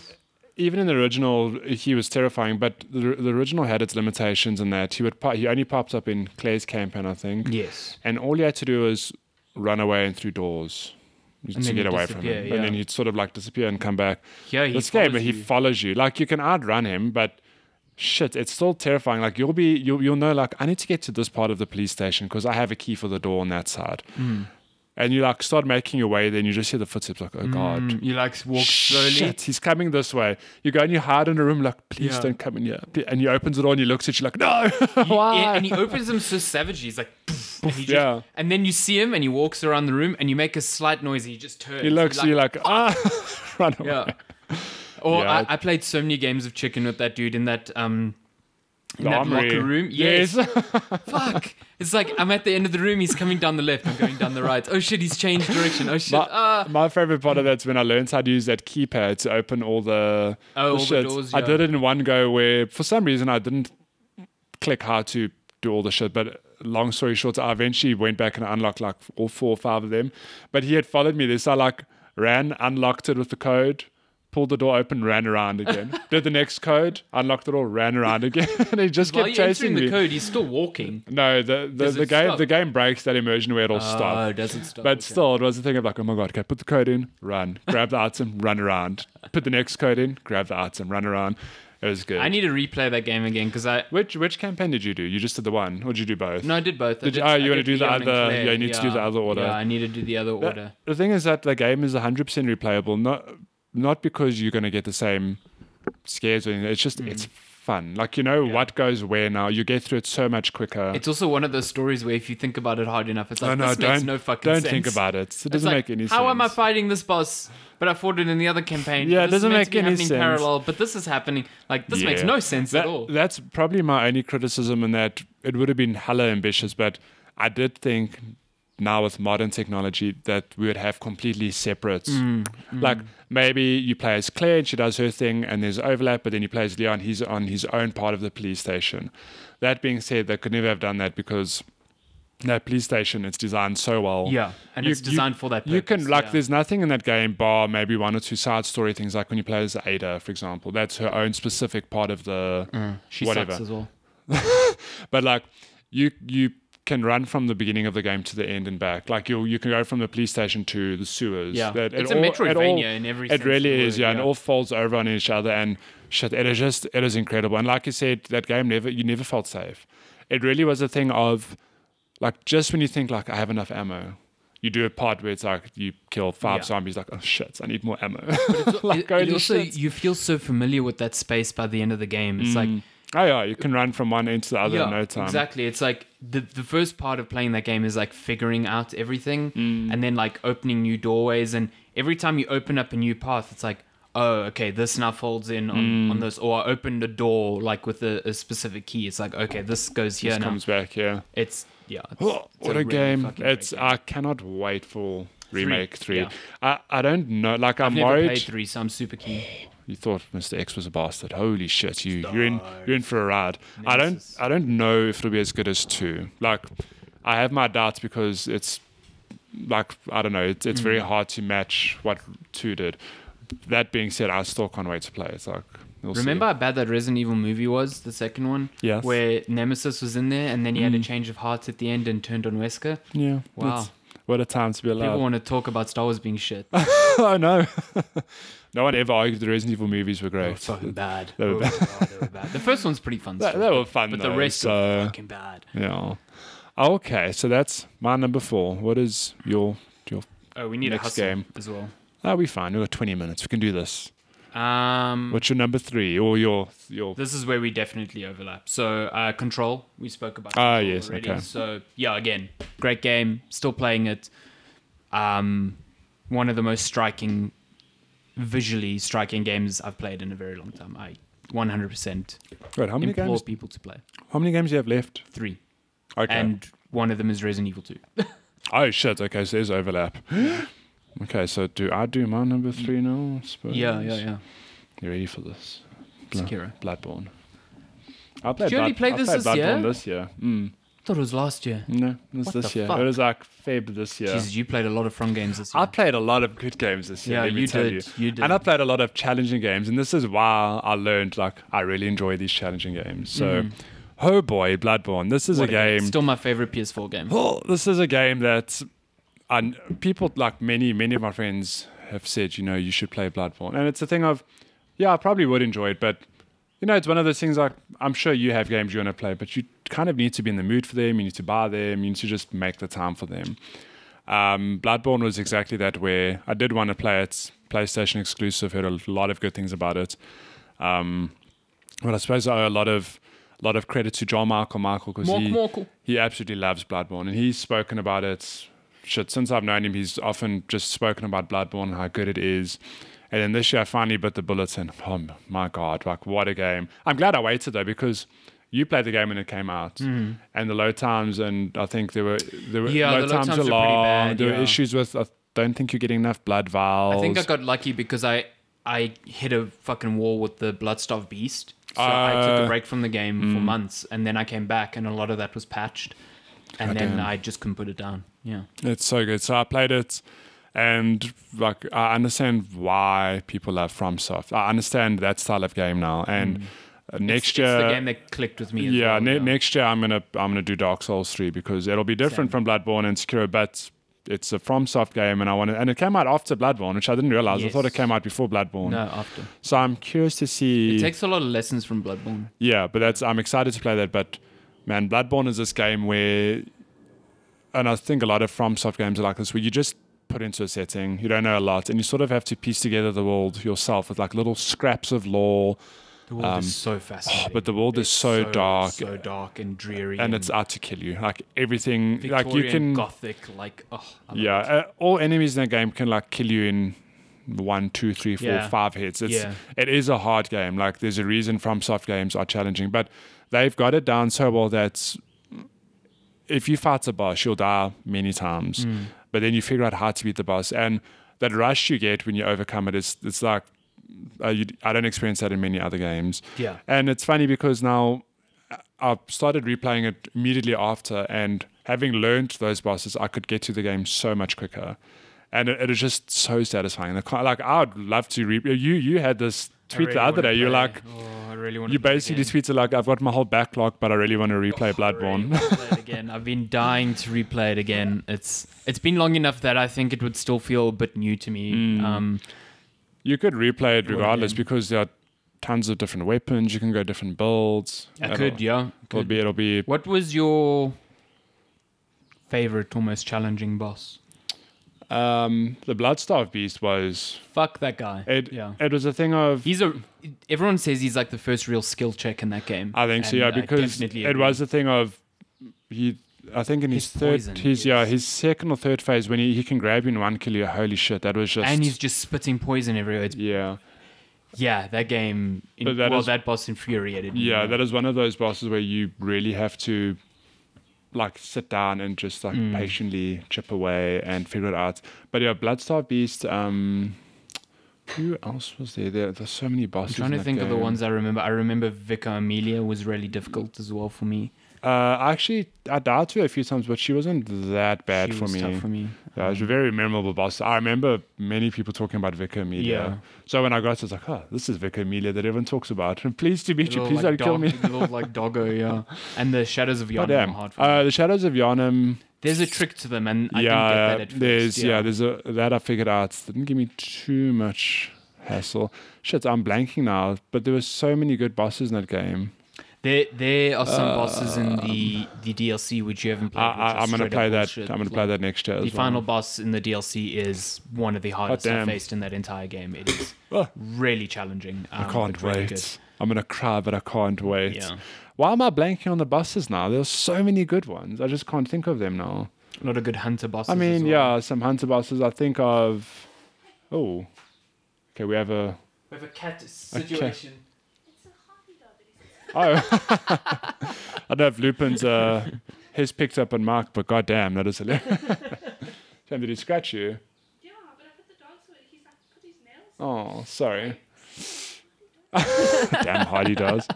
S2: even in the original, he was terrifying. But the, the original had its limitations in that he would po- he only popped up in Claire's campaign, I think.
S1: yes,
S2: and all you had to do was run away and through doors to
S1: then
S2: get
S1: he'd
S2: away from
S1: disappear,
S2: him,
S1: yeah.
S2: and then he'd sort of like disappear and come back.
S1: Yeah, he
S2: this game,
S1: follows
S2: he
S1: you.
S2: follows you. Like you can outrun him, but shit, it's still terrifying. Like you'll be, you'll, you'll know, like I need to get to this part of the police station because I have a key for the door on that side.
S1: Hmm.
S2: And you like start making your way, then you just hear the footsteps. Like oh god,
S1: you Mm, like walk Hmm. slowly.
S2: Shit, he's coming this way. You go and you hide in a room, like, please
S1: Yeah.
S2: don't come in here. P- And he opens the door and he looks at you, like, no,
S1: He-
S2: why?
S1: yeah, and he opens them so savagely. He's like, "Poof," and, he just-
S2: Yeah.
S1: and then you see him, and he walks around the room, and you make a slight noise. And he just turns.
S2: he looks,
S1: You're
S2: you're like, ah, run away.
S1: yeah. Or
S2: Yeah.
S1: I, I played so many games of chicken with that dude in that um in
S2: The
S1: that
S2: armory.
S1: locker room. Yes. Fuck. It's like I'm at the end of the room. He's coming down the left. I'm going down the right. Oh shit! He's changed direction. Oh shit!
S2: My,
S1: ah.
S2: my favorite part of that's when I learned how to use that keypad to open all the,
S1: Oh, all the
S2: shits.
S1: doors,
S2: I
S1: yeah.
S2: did it in one go where for some reason I didn't click how to do all the shit, but long story short, I eventually went back and unlocked like all four or five of them. But he had followed me there, so I like ran, unlocked it with the code. Pulled the door open, ran around again. Did the next code, unlocked it all, ran around again, and he just
S1: While
S2: kept
S1: you're
S2: chasing
S1: entering
S2: me.
S1: the code, he's still walking.
S2: No, the the,
S1: Does
S2: the
S1: it
S2: game
S1: stop?
S2: the game breaks that immersion where it'll stop.
S1: Oh, does it stop?
S2: But
S1: Okay.
S2: still, it was the thing of like, oh my god, okay, put the code in, run, grab the item, run around, put the next code in, grab the item, run around. It was good.
S1: I need to replay that game again because I
S2: which which campaign did you do? You just did the one, or did you do both?
S1: no, I did both. I
S2: Did you-
S1: did-
S2: oh,
S1: I
S2: you wanna
S1: did
S2: do the
S1: Leon and
S2: other-
S1: Claire,
S2: yeah, you need to do the other order.
S1: Yeah, I need to do the other order.
S2: The thing is that the game is 100% replayable, not not because you're going to get the same scares or anything. It's just
S1: Mm.
S2: it's fun. Like you know what goes where now. You get through it so much quicker.
S1: It's also one of those stories where if you think about it hard enough, it's like this makes no fucking
S2: don't
S1: sense.
S2: think about it. It
S1: It's
S2: doesn't
S1: like,
S2: make any
S1: how
S2: sense.
S1: am I fighting this boss? But I fought it in the other campaign.
S2: Yeah, it
S1: But this is
S2: doesn't
S1: meant
S2: make
S1: to be
S2: any
S1: happening
S2: sense.
S1: Parallel, but this is happening. Like this makes
S2: Yeah.
S1: no sense at
S2: That-
S1: all.
S2: That's probably my only criticism in that it would have been hella ambitious, but I did think now with modern technology that we would have completely separate.
S1: Mm,
S2: Like maybe you play as Claire and she does her thing and there's overlap, but then you play as Leon, he's on his own part of the police station. That being said, they could never have done that because that police station it's designed so well.
S1: Yeah, and it's designed for that
S2: You can
S1: purpose,
S2: like
S1: yeah.
S2: there's nothing in that game bar maybe one or two side story things like when you play as Ada, for example. That's her own specific part of the
S1: Mm. she
S2: whatever.
S1: sucks as well.
S2: But like you you can run from the beginning of the game to the end and back. Like you you can go from the police station to the sewers.
S1: Yeah.
S2: That it
S1: It's a
S2: all- it all-
S1: Metroidvania in every sense
S2: It
S1: of the
S2: really is,
S1: word,
S2: yeah, and it
S1: yeah.
S2: all folds over on each other and shit. It is just it is incredible. And like you said, that game never you never felt safe. It really was a thing of like just when you think like I have enough ammo. You do a part where it's like you kill five
S1: Yeah.
S2: zombies, like oh shit, I need more ammo.
S1: It-
S2: like
S1: it
S2: holy
S1: also,
S2: shit.
S1: you feel so familiar with that space by the end of the game. It's like
S2: oh yeah, you can run from one end to the other in no time.
S1: Exactly. It's like the the first part of playing that game is like figuring out everything
S2: Mm.
S1: and then like opening new doorways and every time you open up a new path it's like oh okay this now folds in on,
S2: Mm.
S1: on this or I opened a door like with a, a specific key it's like okay this goes here
S2: Just
S1: now.
S2: comes back, yeah.
S1: It's yeah. It's,
S2: Oh,
S1: it's
S2: what a,
S1: really
S2: game!
S1: fucking great
S2: It's
S1: game.
S2: I cannot wait for remake three.
S1: yeah.
S2: I I don't know. Like I'm
S1: I've never
S2: worried.
S1: played three, so I'm super keen.
S2: You thought Mr X was a bastard. Holy shit! You you're in you're in for a ride. I don't
S1: Nemesis.
S2: I don't know if it'll be as good as two. Like I have my doubts because it's like I don't know. It's it's
S1: Hmm.
S2: very hard to match what two did. That being said, I still can't wait to play. It's like we'll see.
S1: Remember how bad that Resident Evil movie was, the second one?
S2: Yes. Mm.
S1: Where Nemesis was in there and then he had a change of hearts at the end and turned on Wesker.
S2: Yeah.
S1: Wow.
S2: that's- What a time to be
S1: People
S2: alive.
S1: want to talk about Star Wars being shit.
S2: oh no. no one ever argued the Resident Evil movies were great.
S1: fucking bad.
S2: They were
S1: Oh, God, they were bad. The first one's pretty fun.
S2: That,
S1: still,
S2: that were fun,
S1: but
S2: though,
S1: the rest
S2: so-
S1: are fucking bad.
S2: yeah. Oh, Okay, so that's my number four. What is your your?
S1: Oh, we need
S2: Next
S1: a hustle
S2: game.
S1: as well.
S2: Oh, we fine. We got twenty minutes. We can do this.
S1: Um,
S2: What's your number three or your your?
S1: this is where we definitely overlap. So, uh, Control, we spoke about.
S2: Ah,
S1: Control
S2: yes, okay.
S1: So, yeah, again, great game. Still playing it. Um, one of the most striking, visually striking games I've played in a very long time. I 100%
S2: Wait, how many
S1: implore
S2: games?
S1: people to play.
S2: How many games do you have left?
S1: Three.
S2: Okay.
S1: And one of them is Resident Evil 2.
S2: Oh shit! Okay, so there's overlap. okay, so do I do my number three now? I suppose?
S1: yeah.
S2: You ready for this?
S1: Sekiro.
S2: Bloodborne. I played
S1: you only
S2: Blood-
S1: play
S2: I
S1: this
S2: played
S1: this
S2: Bloodborne
S1: year?
S2: This year. Mm.
S1: thought it was last year.
S2: No, it was
S1: What
S2: this
S1: the
S2: year.
S1: fuck?
S2: It was like Feb this year.
S1: Jesus, you played a lot of front games this year.
S2: I played a lot of good games this year.
S1: Yeah,
S2: let me
S1: you
S2: tell
S1: did, you did.
S2: And I played a lot of challenging games, and this is why I learned like I really enjoy these challenging games. So, oh boy, Bloodborne. This is
S1: Mm. What
S2: a game.
S1: Still my favorite PS4 game.
S2: Well, this is a game that and people like many, many of my friends have said, you know, you should play Bloodborne. And it's a thing of, yeah, I probably would enjoy it, but you know, it's one of those things like I'm sure you have games you want to play, but you kind of need to be in the mood for them, you need to buy them, you need to just make the time for them. Um, Bloodborne was exactly that where I did want to play it. PlayStation exclusive, heard a lot of good things about it. Um, well, I suppose I owe a lot of lot of credit to John Michael Michael because
S1: Mark
S2: he,
S1: Markle.
S2: he absolutely loves Bloodborne, and he's spoken about it. Shit, since I've known him, he's often just spoken about Bloodborne and how good it is. And then this year, I finally bit the bullets, and oh m- my god, like what a game! I'm glad I waited though because you played the game when it came out, and the low times, and I think there were there were
S1: Mm-hmm. Yeah,
S2: low,
S1: the low
S2: times,
S1: times
S2: were
S1: were pretty
S2: long.
S1: bad,
S2: there
S1: yeah.
S2: were issues with. I don't think you're getting enough blood vials.
S1: I think I got lucky because I I hit a fucking wall with the Bloodstaff Beast. So I took
S2: Uh,
S1: a break from the game for months, and then I came back, and a lot of that was patched, and then
S2: damn.
S1: I just couldn't put it down. Yeah,
S2: It's so good. So I played it, and like I understand why people love FromSoft. I understand that style of game now. And uh next
S1: Mm. it's,
S2: year,
S1: it's the game that clicked with me. As
S2: yeah,
S1: well,
S2: ne- next year I'm gonna I'm gonna do Dark Souls three because it'll be different from Bloodborne and Sekiro, but it's a FromSoft game, and I want to, and it came out after Bloodborne, which I didn't realize. I
S1: Yes.
S2: thought it came out before Bloodborne.
S1: no, after
S2: So I'm curious to see.
S1: it takes a lot of lessons from Bloodborne.
S2: Yeah, but that's I'm excited to play that. But man, Bloodborne is this game where, and I think a lot of FromSoft games are like this, where you just put into a setting, you don't know a lot, and you sort of have to piece together the world yourself with like little scraps of lore.
S1: The world is so fascinating,
S2: Um, but the world is
S1: It's
S2: so dark.
S1: so dark and dreary,
S2: And it's out to kill you. Like everything,
S1: Mm. Victorian
S2: like you can,
S1: gothic, like oh, I love
S2: yeah, uh, all enemies in that game can like kill you in one, two, three, four, five
S1: Yeah.
S2: hits. It's
S1: Yeah.
S2: it is a hard game. Like there's a reason FromSoft games are challenging, but they've got it down so well that if you fight a boss, you'll die many times,
S1: Mm.
S2: but then you figure out how to beat the boss. And that rush you get when you overcome it is it's like uh, you, I don't experience that in many other games.
S1: Yeah.
S2: And it's funny because now I started replaying it immediately after, and having learned those bosses, I could get to the game so much quicker, and it, it was just so satisfying. The kind- like I would love to re- you you had this
S1: I
S2: tweet
S1: really
S2: the other
S1: wanna
S2: day. You're
S1: play.
S2: like
S1: oh, I really want
S2: you basically tweeted like I've got my whole backlog, but I really want to
S1: Oh,
S2: replay Bloodborne.
S1: Really wanna play it again. I've been dying to replay it again. It's it's been long enough that I think it would still feel a bit new to me.
S2: Mm.
S1: Um,
S2: you could replay it regardless because there are tons of different weapons. You can go different builds.
S1: I
S2: It'll-
S1: could, yeah.
S2: It'll
S1: could.
S2: be it'll be
S1: What was your favorite, almost challenging boss?
S2: um, the Bloodstarved Beast was
S1: Fuck that guy.
S2: it.
S1: yeah,
S2: It was a thing of
S1: he's a. Everyone says he's like the first real skill check in that game.
S2: I think so,
S1: And
S2: yeah,
S1: I
S2: because
S1: definitely
S2: it
S1: agree.
S2: was the thing of he. I think in his,
S1: His
S2: third,
S1: poison,
S2: his yeah,
S1: yes.
S2: his second or third phase when he, he can grab you in one kill you. Holy shit, that was just
S1: And he's just spitting poison everywhere. It's,
S2: yeah,
S1: yeah, that game.
S2: But that
S1: well,
S2: is-
S1: that boss infuriated me.
S2: yeah. That is one of those bosses where you really have to like sit down and just like
S1: Mm.
S2: patiently chip away and figure it out. But yeah, Bloodstar Beast. Um, who else was there? there there's so many bosses.
S1: I'm trying
S2: in
S1: to
S2: that
S1: think of the
S2: game.
S1: ones I remember. I remember Vicar Amelia was really difficult as well for me.
S2: Uh, actually, I died to her a few times, but she wasn't that bad
S1: She
S2: for
S1: was
S2: me. Uh,
S1: tough for me.
S2: Yeah, it was a very memorable boss. I remember many people talking about Vicar Amelia. So when I got it, I was like, oh, this is Vicar Amelia that everyone talks about. Pleased to meet you.
S1: Little,
S2: Please
S1: like,
S2: don't kill
S1: dog-
S2: me.
S1: little like doggo, yeah. And the shadows of
S2: But
S1: Yonder are
S2: damn.
S1: hard for me.
S2: Uh, the Shadows of Yarnum.
S1: There's a trick to them, and I didn't get
S2: yeah,
S1: that at first.
S2: there's yeah. there's a that I figured out. Didn't give me too much hassle. Shit, I'm blanking now. But there were so many good bosses in that game.
S1: There, there are some bosses in the, the DLC which you haven't played.
S2: Um, I, I, I'm gonna play that. I'm gonna play
S1: that.
S2: that next year.
S1: The
S2: as well. um,
S1: final boss in the DLC is one of the hardest
S2: damn.
S1: I've faced in that entire game. It is
S2: Oh.
S1: really challenging. Um,
S2: I can't
S1: but really
S2: wait.
S1: good.
S2: I'm gonna cry, but I can't wait.
S1: Yeah.
S2: Why am I blanking on the bosses now? There's so many good ones. I just can't think of them now.
S1: A lot of good hunter bosses.
S2: I
S1: as
S2: mean,
S1: well.
S2: yeah, some hunter bosses. I think of. Oh, okay. We have a.
S1: We have a cat
S2: situation. Oh. I don't know if Lupin's uh, His picked up on Mark, but goddamn, that is hilarious. Shame, did he scratch you?
S3: Yeah, but I put the dogs away. He's like, put his nails.
S2: Oh, sorry. Damn Hardy does.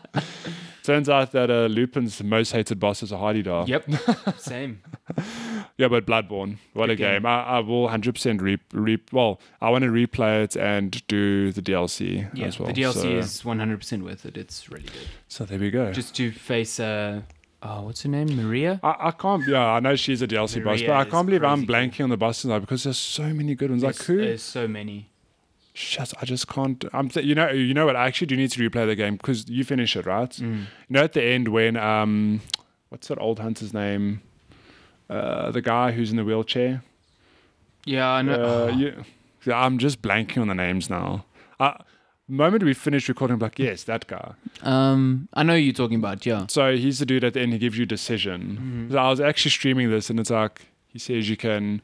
S2: Turns out that uh, Lupin's most hated boss is a Hardy Dar.
S1: Yep. Same.
S2: Yeah, but Bloodborne, what a
S1: game.
S2: game! I, I will 100% re, re Well, I want to replay it and do the DLC
S1: Yeah,
S2: as well.
S1: the DLC
S2: so,
S1: is 100% worth it. It's really good.
S2: So there we go.
S1: Just to face, uh, oh, what's her name? Maria?
S2: I, I can't. Yeah, I know she's a DLC boss, but
S1: Maria
S2: I
S1: is
S2: can't believe I'm
S1: crazy
S2: blanking on the bosses now because there's so many good ones. like
S1: There's-
S2: who?
S1: There's so many.
S2: Shit, I just can't. I'm. Th- you know. You know what? I actually do need to replay the game because you finish it, right?
S1: Mm.
S2: You know, at the end when um, what's that old hunter's name? Uh, the guy who's in the wheelchair.
S1: Yeah, I know.
S2: Uh,
S1: oh,
S2: you, yeah, I'm just blanking on the names now. Uh, moment we finished recording, I'm like, yes, that guy.
S1: Um, I know who you're talking about. Yeah.
S2: So he's the dude at the end who gives you decision.
S1: Mm-hmm.
S2: So I was actually streaming this, and it's like he says you can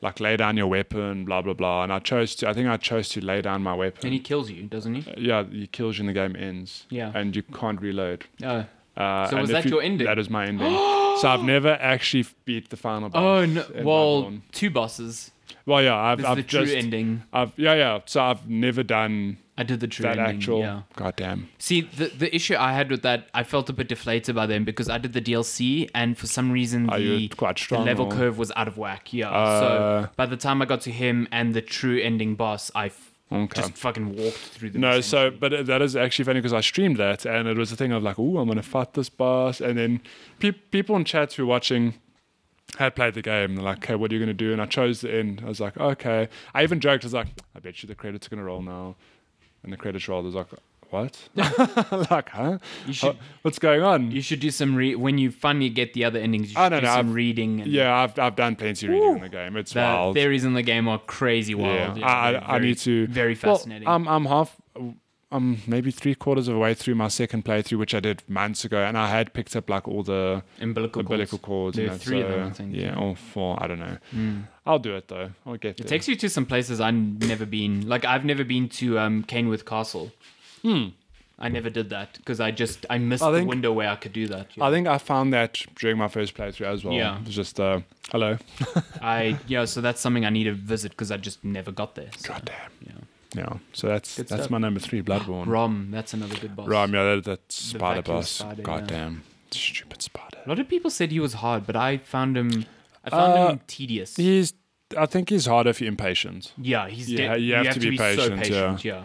S2: like lay down your weapon, blah blah blah. And I chose to. I think I chose to lay down my weapon.
S1: And he kills you, doesn't he?
S2: yeah, he kills you, and the game ends.
S1: Yeah.
S2: and you can't reload.
S1: Uh,
S2: Uh,
S1: So
S2: and
S1: was
S2: if
S1: that
S2: you-
S1: your ending?
S2: That is my ending. so I've never actually beat the final boss.
S1: oh no!
S2: in
S1: Well,
S2: Bloodborne.
S1: two bosses.
S2: well, yeah, I've,
S1: This
S2: I've
S1: is the
S2: just,
S1: true ending.
S2: I've yeah, yeah. So I've never done
S1: I did the true
S2: that
S1: ending.
S2: actual.
S1: Yeah.
S2: Goddamn.
S1: See, the the issue I had with that, I felt a bit deflated by them because I did the DLC, and for some reason
S2: Are you
S1: the,
S2: quite
S1: the
S2: strong
S1: level
S2: or-
S1: curve was out of whack. Yeah.
S2: Uh,
S1: so by the time I got to him and the true ending boss, I f-
S2: Okay.
S1: just fucking walked through the.
S2: No, so but that is actually funny because I streamed that and it was a thing of like, oh, I'm gonna fight this boss, and then pe- people in chat who were watching had played the game. They're like, okay, what are you gonna do? And I chose the end. I was like, okay. I even joked. I was like, I bet you the credits are gonna roll now, and the credits rolled. I was like, what? like, huh?
S1: You should-
S2: Huh? What's going on?
S1: you should do some re- when you finally get the other endings. You should
S2: I don't
S1: do
S2: know,
S1: some
S2: I've-
S1: reading. And
S2: yeah, I've I've done plenty of reading in the game. It's
S1: The
S2: wild.
S1: theories in the game are crazy wild.
S2: Yeah, I,
S1: they're
S2: I, I
S1: very-
S2: need to.
S1: Very
S2: Well, um,
S1: fascinating.
S2: I'm I'm half. I'm maybe three quarters of the way through my second playthrough, which I did months ago, and I had picked up like all the
S1: umbilical,
S2: umbilical
S1: cords.
S2: cords.
S1: There
S2: and
S1: are
S2: that,
S1: three of them, I
S2: so, uh,
S1: think. Mm.
S2: Yeah, or four. I don't know. I'll do it though. I'll get there.
S1: It takes you to some places I've never been. Like I've never been to um, Caneworth Castle. Hmm. I never did that because I just I missed
S2: I
S1: the
S2: think-
S1: window where I could do that.
S2: I think I found that during my first playthrough as well.
S1: Yeah.
S2: It was just uh, hello.
S1: I yeah, so that's something I need to visit because I just never got there. So.
S2: God damn.
S1: Yeah.
S2: Yeah. So that's
S1: Good
S2: that's
S1: stuff.
S2: my number three, Bloodborne.
S1: Rom, that's another good boss.
S2: Ram, yeah, that, that spider
S1: vacuum
S2: boss.
S1: spider,
S2: God
S1: yeah.
S2: damn. Stupid spider.
S1: A lot of people said he was hard, but I found him. I found
S2: Uh,
S1: him tedious.
S2: He's. I think he's harder if you're impatient.
S1: yeah, he's.
S2: Yeah,
S1: de-
S2: you have to be
S1: so
S2: patient,
S1: patient. Yeah.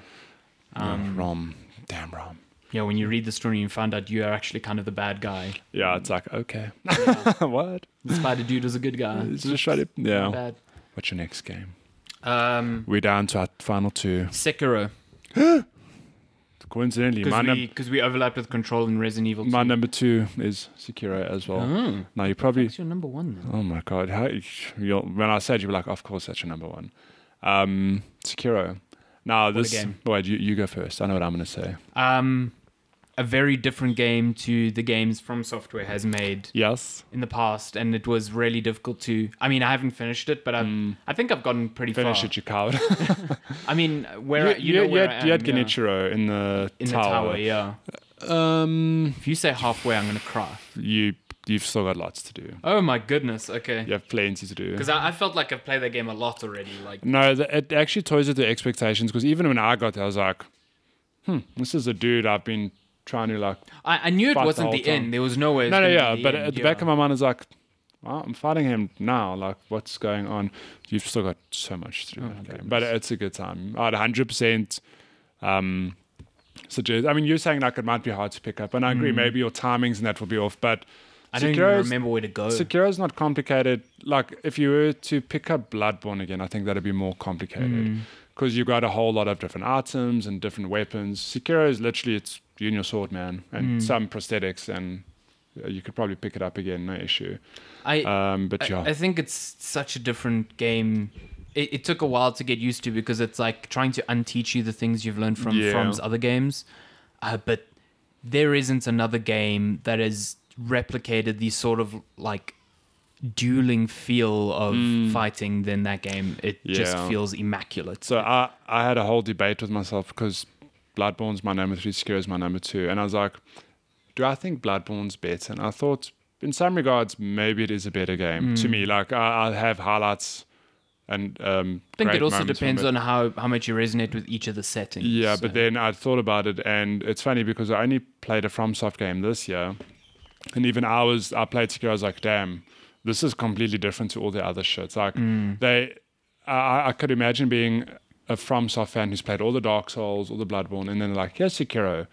S2: Um, Rom. Damn Rom.
S1: yeah, When you read the story, you find out you are actually kind of the bad guy.
S2: Yeah, it's like okay, what?
S1: The spider dude is a good guy.
S2: It's just try to yeah.
S1: Bad.
S2: What's your next game?
S1: Um,
S2: We're down to our final two.
S1: Sekiro.
S2: Coincidentally, my,
S1: Because we,
S2: num-
S1: 'cause we overlapped with Control and Resident Evil. 2.
S2: my number two is Sekiro as well.
S1: Oh.
S2: Now you probably
S1: What's your number one then?
S2: oh my god, how, you'll, when I said you were like, of course that's your number one. Um, Sekiro. Now
S1: a
S2: this
S1: game.
S2: wait, you, you go first. I know what I'm gonna say.
S1: Um, a very different game to the games From Software has made
S2: Yes,
S1: in the past, and it was really difficult to. I mean, I haven't finished it, but I've, I think I've gotten pretty
S2: Mm. finish
S1: Um, far.
S2: it, Um, you coward.
S1: I mean, where I- you, know
S2: you
S1: where I
S2: had, you had
S1: am, yeah.
S2: Genichiro in the
S1: in the
S2: tower.
S1: tower. Yeah.
S2: Um,
S1: If you say halfway, I'm gonna cry.
S2: you you've still got lots to do.
S1: Oh my goodness. Okay.
S2: You have plenty to do.
S1: Because I, I felt like I've played that game a lot already. Like.
S2: No, th it actually toys with the expectations because even when I got there, I was like, hmm, this is a dude I've been trying to like.
S1: I, I knew it
S2: Fuck the
S1: wasn't
S2: whole
S1: the,
S2: time.
S1: end. There was no way. it was
S2: No, no,
S1: gonna be
S2: yeah.
S1: the
S2: But
S1: end,
S2: at the
S1: yeah.
S2: back of my mind, I was like, well, I'm fighting him now. Like, what's going on? You've still got so much
S1: Oh
S2: to do. that game. But it's a good time. I'd 100% um, suggest. I mean, you're saying like it might be hard to pick up. And I agree, maybe your timings and that will be off. But
S1: Hmm. I don't even
S2: Sekiro's-
S1: remember where to go.
S2: Sekiro's not complicated. Like if you were to pick up Bloodborne again, I think that'd be more
S1: Hmm.
S2: complicated because you've got a whole lot of different items and different weapons. Sekiro is literally it's you and your sword, man,
S1: Hmm.
S2: and some prosthetics, and uh, you could probably pick it up again, no issue.
S1: I,
S2: Um, but
S1: I-
S2: yeah,
S1: I, think it's such a different game. It, it took a while to get used to because it's like trying to unteach you the things you've learned from
S2: Yeah.
S1: From's other games. Uh, but there isn't another game that has replicated the sort of like dueling feel of fighting than that game. It just
S2: Mm. Yeah.
S1: feels immaculate.
S2: So I, I had a whole debate with myself because Bloodborne's my number three, Sekiro is my number two, and I was like, do I think Bloodborne's better? And I thought in some regards, maybe it is a better game
S1: Mm.
S2: to me. Like I, I have highlights, and um,
S1: I think it also depends on how, how much you resonate with each of the settings.
S2: Yeah,
S1: so-
S2: but then I thought about it, and it's funny because I only played a FromSoft game this year, and even I was I played Sekiro. I was like, damn, this is completely different to all the other shits. Like
S1: Mm.
S2: they, I- I, I could imagine being a FromSoft fan who's played all the Dark Souls, all the Bloodborne, and then like, here's Sekiro.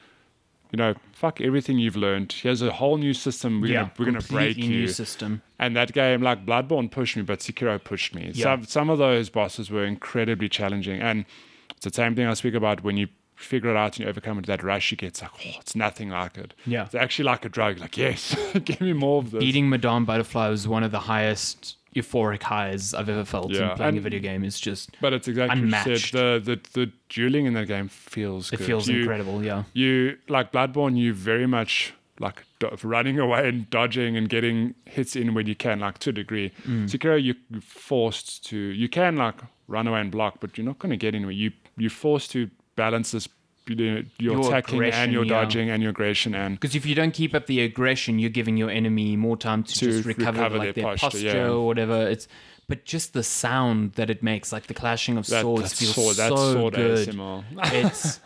S2: You know, fuck everything you've learned. Here's a whole new system. We're gonna we're gonna break
S1: completely new
S2: you.
S1: system.
S2: And that game, like Bloodborne, pushed me, but Sekiro pushed me.
S1: Yeah.
S2: Some some of those bosses were incredibly challenging, and it's the same thing I speak about when you figure it out and you overcome it. That rush you get, it's like, oh, it's nothing like it.
S1: Yeah.
S2: it's actually like a drug. Like, yes, give me more of this.
S1: Beating Madame Butterfly was one of the highest euphoric highs I've ever felt
S2: Yeah,
S1: in playing a
S2: and-
S1: video game. It's just
S2: but it's exactly what you
S1: Unmatched.
S2: said. The, the the dueling in that game feels
S1: it
S2: good.
S1: feels
S2: You-
S1: incredible. Yeah,
S2: You like Bloodborne, you very much like do- running away and dodging and getting hits in when you can, like to a degree.
S1: Mm.
S2: Sekiro, you- you're forced to. You can like run away and block, but you're not going to get anywhere. You you're forced to balance this. You know, your,
S1: Your
S2: attacking
S1: aggression,
S2: and your
S1: yeah.
S2: dodging and your aggression and
S1: because if you don't keep up the aggression, you're giving your enemy more time to,
S2: To
S1: just recover,
S2: recover
S1: like
S2: their
S1: their,
S2: posture,
S1: posture,
S2: yeah.
S1: or whatever. It's but just the sound that it makes, like the clashing of
S2: that,
S1: swords,
S2: that
S1: feels
S2: sword, that
S1: so
S2: sword
S1: good.
S2: ASMR.
S1: it's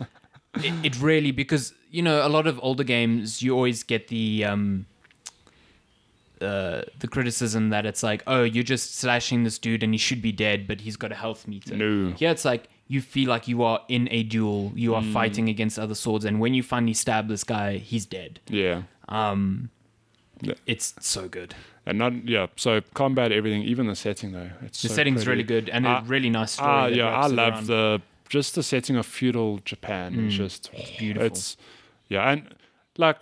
S1: it, it really because you know a lot of older games you always get the um uh, the criticism that it's like oh you're just slashing this dude and he should be dead but he's got a health meter
S2: No.
S1: here it's like you feel like you are in a duel you are
S2: Mm.
S1: fighting against other swords and when you finally stab this guy he's dead
S2: Yeah.
S1: it's so good
S2: And not yeah, so combat everything, even the setting though. It's
S1: the
S2: so
S1: setting's
S2: pretty.
S1: really good and
S2: Ah,
S1: a really nice story
S2: Ah,
S1: that
S2: yeah, I
S1: wraps it
S2: love
S1: around. Mm.
S2: the just the setting of feudal Japan. is just
S1: beautiful.
S2: It's yeah, and like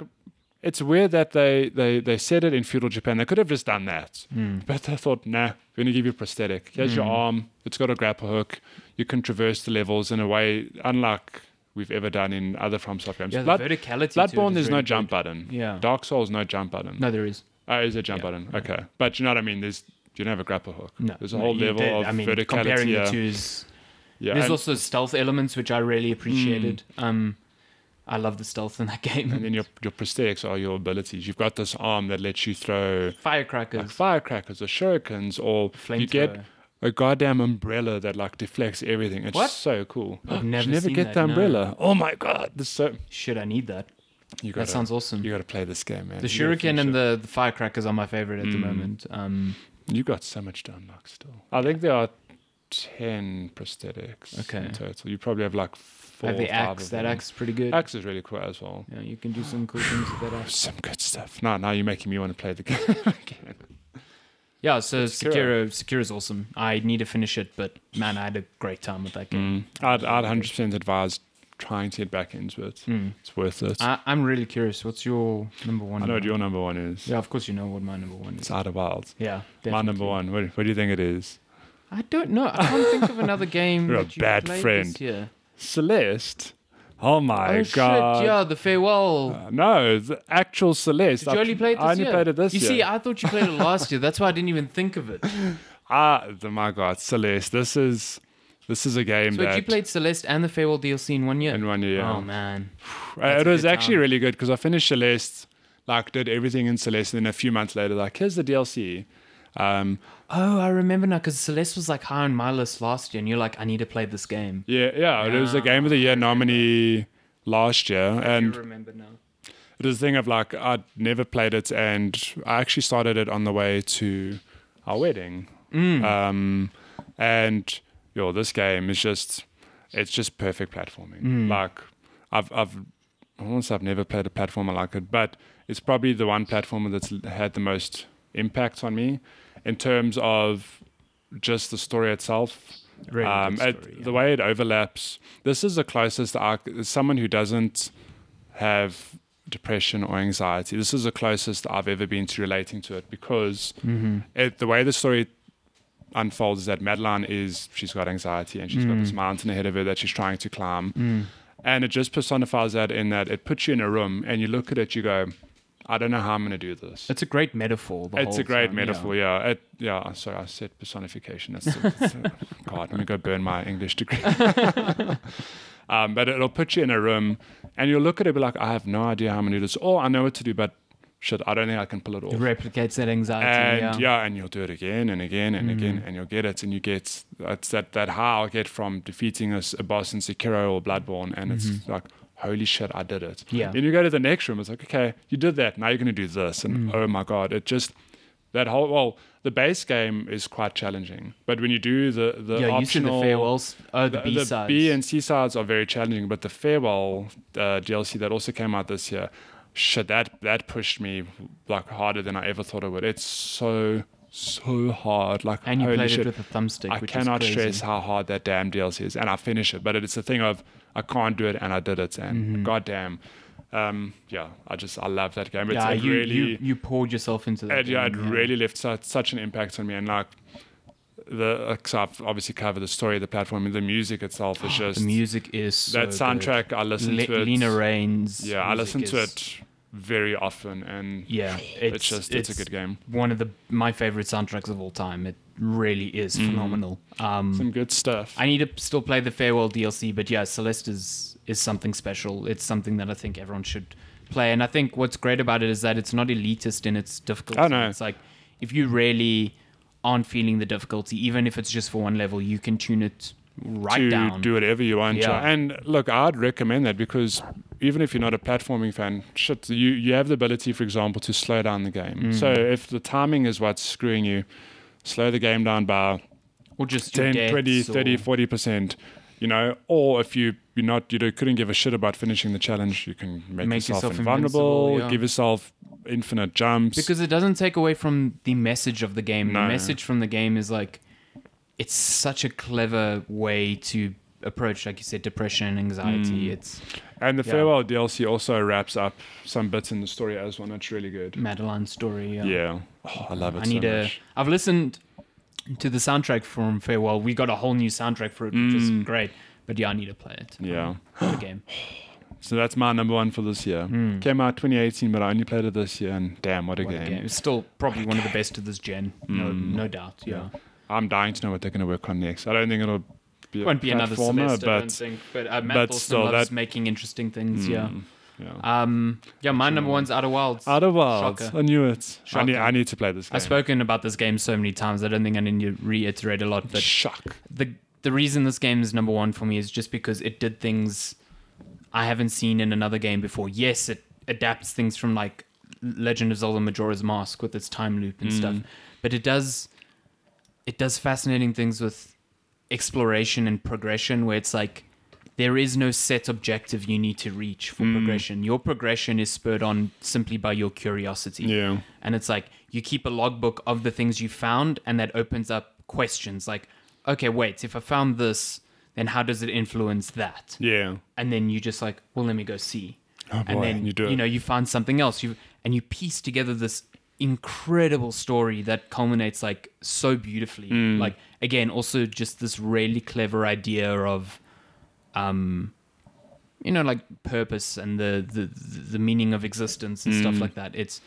S2: it's weird that they they they said it in feudal Japan. They could have just done that,
S1: Mm.
S2: but they thought, nah, we're gonna give you a prosthetic. Here's your arm. It's got a grapple hook. You can traverse the levels in a way unlike we've ever done in other FromSoft games.
S1: yeah the
S2: Blood-
S1: verticality to it
S2: Bloodborne,
S1: is
S2: there's no
S1: really good.
S2: jump button.
S1: Yeah.
S2: Dark Souls, no jump button.
S1: no there is
S2: Oh, is a jump button. Okay, but you know what I mean. There's you don't have a grapple hook.
S1: no
S2: There's a
S1: No,
S2: whole
S1: you
S2: level
S1: did-
S2: of
S1: I mean,
S2: verticality.
S1: comparing
S2: yeah.
S1: the two is
S2: yeah.
S1: There's
S2: and-
S1: also stealth elements which I really appreciated. Um, I love the stealth in that
S2: Hmm. and
S1: game.
S2: then your your prosthetics are your abilities. You've got this arm that lets you throw like
S1: Firecrackers,
S2: firecrackers or shurikens, or you get
S1: Flamethrower.
S2: a goddamn umbrella that like deflects everything. It's
S1: What?
S2: so cool.
S1: I've
S2: You
S1: never
S2: never
S1: seen
S2: get the
S1: that, no.
S2: umbrella. Oh my god, this is so
S1: shit, I need that.
S2: you
S1: That
S2: gotta,
S1: sounds awesome.
S2: You got to play this game, man.
S1: The shuriken and the, the firecrackers are my favorite
S2: Hmm.
S1: at the moment. Um,
S2: you got so much done, like still. I think there are ten prosthetics
S1: Okay.
S2: in total. You probably have like
S1: I
S2: four.
S1: have the
S2: or five
S1: axe.
S2: of
S1: That
S2: them.
S1: axe is pretty good.
S2: Axe is really cool as well.
S1: Yeah, you can do some cool things with that axe.
S2: Some good stuff. No, now you're making me want to play the game. again.
S1: Yeah, so
S2: Sekiro.
S1: Sekiro, Sekiro's awesome. I need to finish it, but man, I had a great time with that game.
S2: I'd, I'd 100% advise trying to get back into it. It's worth it. I,
S1: Hmm. I, I'm really curious. What's your number one?
S2: know what
S1: now?
S2: your number one is.
S1: Yeah, of course you know what my number one is.
S2: It's Outer Wilds.
S1: Yeah,
S2: My
S1: definitely.
S2: number one. What, what do you think it is?
S1: I don't know. I can't think of another game.
S2: You're a
S1: that you
S2: bad
S1: played
S2: friend.
S1: This year.
S2: Celeste. Oh my
S1: oh
S2: god.
S1: shit! Yeah, the farewell.
S2: No, the actual Celeste.
S1: Did you only play it this
S2: Uh, I only
S1: year?
S2: played it this
S1: you
S2: year.
S1: see, I thought you played it last year. That's why I didn't even think of it. So
S2: ah, the, my god, Celeste. This is this is a game
S1: wait,
S2: that
S1: you played Celeste and the Farewell DLC in one year.
S2: in one year.
S1: Oh man,
S2: Uh,
S1: That's
S2: it
S1: a
S2: was
S1: good
S2: actually
S1: time.
S2: really good because I finished Celeste, like did everything in Celeste, and then a few months later, like here's the DLC. Um,
S1: oh, I remember now because Celeste was like high on my list last year, and you're like, I need to play this game.
S2: yeah, yeah, it was a
S1: Ah,
S2: Game of the Year nominee last year,
S1: I
S2: and
S1: remember now.
S2: it was a thing of like I'd never played it, and I actually started it on the way to our wedding. Um, and yo, this game is just it's just perfect platforming. Like I've I've I won't say I've never played a platformer like it, but it's probably the one platformer that's l- had the most impact on me in terms of just the story itself.
S1: Really good
S2: um, it-
S1: story,
S2: The way it overlaps. This is the closest I, c- someone who doesn't have depression or anxiety. This is the closest I've ever been to relating to it because
S1: Mm-hmm.
S2: it, the way the story unfolds is that Madeline is she's got anxiety and she's got this
S1: Mm.
S2: mountain ahead of her that she's trying to climb, and it just personifies that in that it puts you in a room and you look at it, you go, I don't know how I'm going to do this.
S1: It's a great metaphor. The
S2: It's
S1: whole
S2: a great
S1: time, yeah.
S2: metaphor, yeah. It, yeah, sorry, I said personification. That's, that's God, let me go burn my English degree. um, but it'll put you in a room and you'll look at it and be like, I have no idea how I'm going to do this. Or I know what to do, but shit, I don't think I can pull it off.
S1: It replicates that anxiety.
S2: and
S1: yeah. Mm.
S2: yeah. and you'll do it again and again and again, and you'll get it, and you get that's that that how I get from defeating a, s- a boss in Sekiro or Bloodborne, and it's like holy shit, I did it.
S1: Mm-hmm. Yeah.
S2: Then you go to the next room, it's like okay, you did that, now you're gonna do this, and
S1: Mm.
S2: oh my god, it just that whole well, the base game is quite challenging, but when you do the the
S1: Yeah, you see the
S2: optional
S1: farewells. Oh, the, B
S2: the
S1: sides.
S2: B and C sides are very challenging, but the farewell uh, DLC that also came out this year, shit, that that pushed me like harder than I ever thought it would. It's so so hard, like
S1: And you
S2: holy
S1: played
S2: shit.
S1: it with a thumbstick.
S2: I
S1: which is
S2: cannot
S1: crazy.
S2: stress how hard that damn DLC is, and I finish it. But it's a thing of I can't do it, and I did it, and
S1: Mm-hmm.
S2: goddamn, um, yeah, I just I love that game. It's,
S1: Yeah,
S2: it
S1: you,
S2: really,
S1: you you poured yourself into that.
S2: and yeah, it
S1: game,
S2: really left such, such an impact on me. And like the, like, so I've obviously covered the story, the platform, and the music itself is just
S1: Ah, The music is so
S2: that soundtrack. I listen
S1: Good. Le-
S2: to it.
S1: Lena Raines.
S2: yeah, I
S1: music
S2: listen to
S1: is-
S2: it very often, and
S1: Yeah,
S2: it's, just it's, a good game.
S1: One of the my favorite soundtracks of all time. It really is
S2: Mm.
S1: phenomenal. Um,
S2: Some good stuff.
S1: I need to still play the farewell DLC, but yeah, Celeste is is something special. It's something that I think everyone should play, and I think what's great about it is that it's not elitist in its difficulty.
S2: Oh, no.
S1: It's like if you really aren't feeling the difficulty, even if it's just for one level, you can tune it right
S2: to
S1: down.
S2: do whatever you want.
S1: Yeah.
S2: And look, I'd recommend that because even if you're not a platforming fan, shit, you, you have the ability, for example, to slow down the game. So
S1: Mm.
S2: if the timing is what's screwing you, slow the game down by
S1: or just your
S2: 10,
S1: deaths
S2: 20,
S1: or-
S2: 30, 40%. You know, or if you you're not you don't- couldn't give a shit about finishing the challenge, you can make,
S1: Make
S2: yourself,
S1: yourself
S2: invulnerable,
S1: invincible, yeah.
S2: give yourself infinite jumps.
S1: because it doesn't take away from the message of the game.
S2: No.
S1: The message from the game is like it's such a clever way to approach, like you said, depression and anxiety.
S2: Mm.
S1: It's
S2: and the
S1: yeah.
S2: farewell DLC also wraps up some bits in the story as well. and It's really good.
S1: Madeline's story. Yeah,
S2: Yeah, oh, I love it.
S1: I need
S2: so
S1: a.
S2: much.
S1: I've listened to the soundtrack from Farewell. We got a whole new soundtrack for it, which is great. But yeah, I need to play it.
S2: Mm. Yeah.
S1: for the game.
S2: So that's my number one for this year. Came out 2018, but I only played it this year, and damn, what a,
S1: Hmm. What a
S2: game.
S1: game. It's still probably one of the best of this gen. No,
S2: Mm.
S1: no doubt. Yeah.
S2: I'm dying to know what they're going to work on next. I don't think it'll be, a
S1: Won't be another
S2: platformer,
S1: semester, I don't
S2: but
S1: think. But uh, Matt
S2: but
S1: Paulson
S2: still,
S1: loves
S2: that- Mm.
S1: making interesting things. Yeah.
S2: yeah.
S1: Um, yeah, my number one's Outer Wilds.
S2: Outer Wilds,
S1: Shocker.
S2: I knew it. I need,
S1: Shocker.
S2: I need to play this game.
S1: I've spoken about this game so many times. I don't think I need to reiterate a lot. But
S2: Shock.
S1: the the reason this game is number one for me is just because it did things I haven't seen in another game before. Yes, it adapts things from like Legend of Zelda Majora's Mask with its time loop and stuff, but it does it does fascinating things with exploration and progression where it's like there is no set objective you need to reach for progression. Your progression is spurred on simply by your curiosity.
S2: Yeah.
S1: And it's like you keep a logbook of the things you found, and that opens up questions like, okay, wait, if I found this, then how does it influence that?
S2: Yeah.
S1: And then you just like, well, let me go see.
S2: Oh, boy,
S1: and then
S2: you do it.
S1: know you find something else. You and you piece together this incredible story that culminates like so beautifully.
S2: Mm.
S1: Like again, also just this really clever idea of um, you know like purpose and the the the meaning of existence and
S2: Mm.
S1: stuff like that it's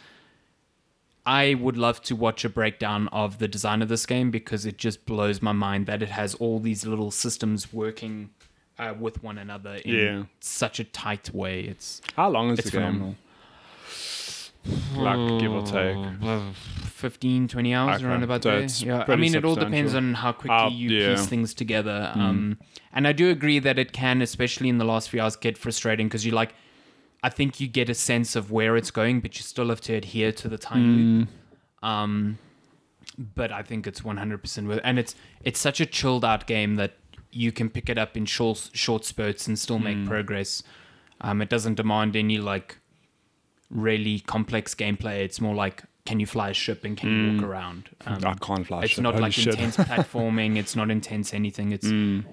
S1: i would love to watch a breakdown of the design of this game because it just blows my mind that it has all these little systems working uh, with one another in
S2: Yeah.
S1: such a tight way it's
S2: How long is
S1: it's
S2: the game?
S1: phenomenal
S2: Like, give or take.
S1: Oh, 15 20 hours
S2: Okay.
S1: around about
S2: So
S1: there
S2: it's
S1: yeah i
S2: pretty
S1: mean it all depends on
S2: substantial.
S1: how quickly
S2: How-
S1: you
S2: yeah. Mm.
S1: piece things together um and i do agree that it can especially in the last few hours get frustrating because you like i think you get a sense of where it's going but you still have to adhere to the time
S2: Mm.
S1: loop um but i think it's 100% worth and it's it's such a chilled out game that you can pick it up in short short spurts and still
S2: Hmm.
S1: make progress um it doesn't demand any like really complex gameplay. It's more like can you fly a ship and can you walk around? Um,
S2: I can't fly. a
S1: it's
S2: ship.
S1: not
S2: Holy
S1: like
S2: Hmm. Ah, shit. Hmm.
S1: intense platforming. It's not intense anything. It's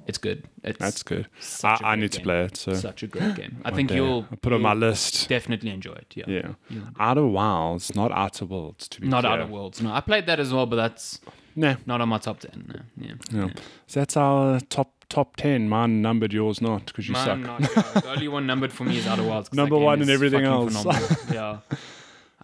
S1: it's good. It's
S2: That's good. I,
S1: such a
S2: I
S1: great
S2: need to
S1: game.
S2: play it. So
S1: such a great game. I
S2: one
S1: think
S2: day.
S1: you'll
S2: I'll put it on my
S1: you'll
S2: list.
S1: Definitely enjoy it. Yeah.
S2: Yeah. Outer Wilds, not Outer Worlds. To be
S1: Not
S2: clear.
S1: Outer Worlds. No, I played that as well, but that's
S2: Nah.
S1: not on my top ten. No. Yeah.
S2: No. So that's our top top ten. Mine numbered, yours not, because you suck.
S1: Mine, not, yeah. the only one numbered for me is Outer Wilds. 'cause that
S2: Number
S1: game
S2: one
S1: is
S2: and everything
S1: fucking
S2: else.
S1: phenomenal. yeah.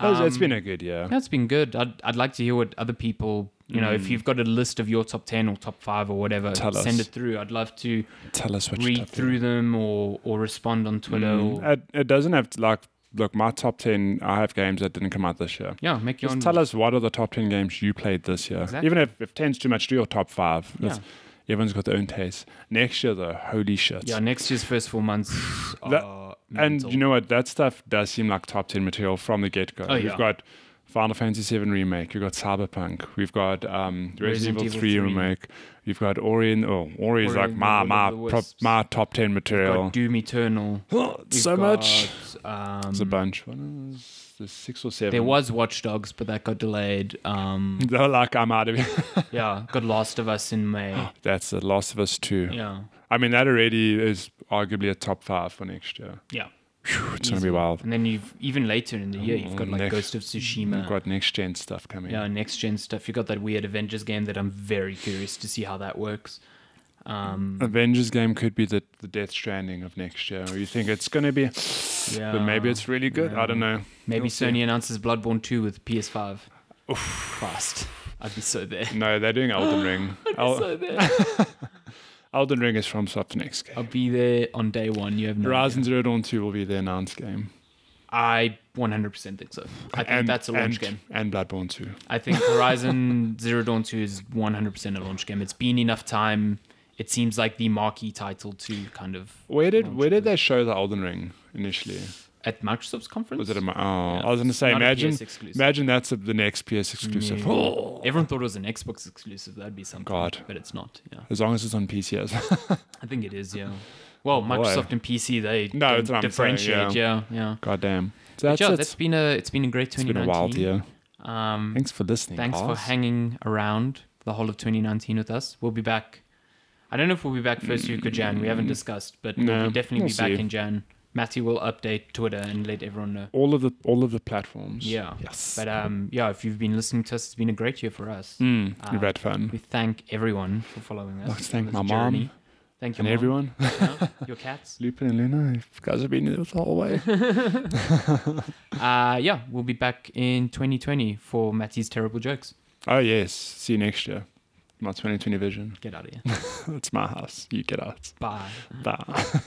S2: That's-
S1: Um,
S2: it's been a good year.
S1: That's been good. I'd, I'd like to hear what other people, you know, if you've got a list of your top 10 or top five or whatever,
S2: Mm. Tell us.
S1: send it through. I'd love to
S2: Tell us what you Mm.
S1: read through them or, or respond on Twitter. Or,
S2: It, it doesn't have to like look, my top 10, I have games that didn't come out this year.
S1: Yeah, make your
S2: Just
S1: own.
S2: tell us what are the top 10 games you played this year.
S1: Exactly.
S2: Even if, if 10's too much, do your top five. That's-
S1: Yeah.
S2: Everyone's got their own taste. Next year, though, holy shit.
S1: yeah, next year's first four months. Are
S2: and
S1: mental.
S2: you know what? That stuff does seem like top 10 material from the get go.
S1: Oh, yeah.
S2: We've got Final Fantasy VII Remake, we've got Cyberpunk, we've got um, Resident, Evil, 3, Remake, you've got Ori, and, oh, Ori is
S1: Ori
S2: like
S1: and
S2: my,
S1: the Will
S2: my,
S1: of the
S2: prop,
S1: Wisps.
S2: my top 10
S1: We've
S2: material.
S1: got Doom Eternal. We've
S2: so much.
S1: got, Um,
S2: It's a bunch. What is the six or seven?
S1: there was Watch Dogs, but that got delayed. Um,
S2: They're like, I'm out of here.
S1: yeah, got Last of Us in May.
S2: That's The Last of Us 2.
S1: Yeah,
S2: I mean, that already is arguably a top five for next year.
S1: yeah.
S2: Phew, it's going to be wild.
S1: And then you've even later in the year, you've got like
S2: Next-
S1: Ghost of Tsushima.
S2: We've got next gen stuff coming.
S1: yeah, next gen stuff. You got that weird Avengers game that I'm very curious to see how that works. Um,
S2: Avengers game could be the, the Death Stranding of next year. Or you think it's going to be,
S1: yeah,
S2: but maybe it's really good. I don't know.
S1: maybe
S2: we'll see.
S1: Sony announces Bloodborne two with PS Five. Fast, I'd be so there.
S2: No, they're doing Elden Ring. El-
S1: so there.
S2: Elden Ring is from Soft next game.
S1: I'll be there on day one. You have no. idea.
S2: Horizon Zero Dawn 2 will be the announced game.
S1: I 100% think so. I think that's a launch
S2: and,
S1: game.
S2: And Bloodborne 2.
S1: I think Horizon Zero Dawn 2 is 100% a launch game. It's been enough time. It seems like the marquee title to kind of
S2: Where did where did they show the Elden Ring initially?
S1: at Microsoft's conference.
S2: Was it a mo- oh,
S1: Yeah,
S2: I was going to
S1: it's
S2: say,
S1: not a
S2: imagine
S1: PS exclusive.
S2: imagine that's a, the next PS exclusive. Oh.
S1: Everyone thought it was an Xbox exclusive. That'd be something.
S2: God.
S1: But it's not. Yeah.
S2: As long as it's on PC. yes.
S1: I think it is. Yeah. Well, Microsoft and PC they
S2: No,
S1: don't
S2: that's what I'm saying,
S1: differentiate. yeah. Yeah.
S2: God damn. So that's,
S1: yeah,
S2: it.
S1: that's been a it's been a great
S2: it's been
S1: 2019.
S2: a wild year.
S1: Um,
S2: Thanks for listening.
S1: Thanks for
S2: guys.
S1: hanging around the whole of 2019 with us. We'll be back. I don't know if we'll be back first week of Jan. We haven't discussed, but
S2: Mm. No,
S1: we'll be- definitely
S2: we'll
S1: be back
S2: see.
S1: in Jan. Matthew will update Twitter and let everyone know.
S2: all of the all of the platforms.
S1: Yeah.
S2: Yes.
S1: But um, yeah, if you've been listening to us, it's been a great year for us.
S2: Mm,
S1: uh,
S2: you've had fun.
S1: We thank everyone for following us.
S2: I'd like to thank
S1: on
S2: my
S1: this
S2: mom
S1: journey. Thank you,
S2: and everyone,
S1: your cats.
S2: Lupin and Luna, you guys have been there the whole way.
S1: Uh, yeah, we'll be back in 2020 for Matthew's terrible jokes.
S2: oh yes. See you next year. My 2020 vision.
S1: Get out of here.
S2: It's my house. You get out.
S1: Bye.
S2: Bye.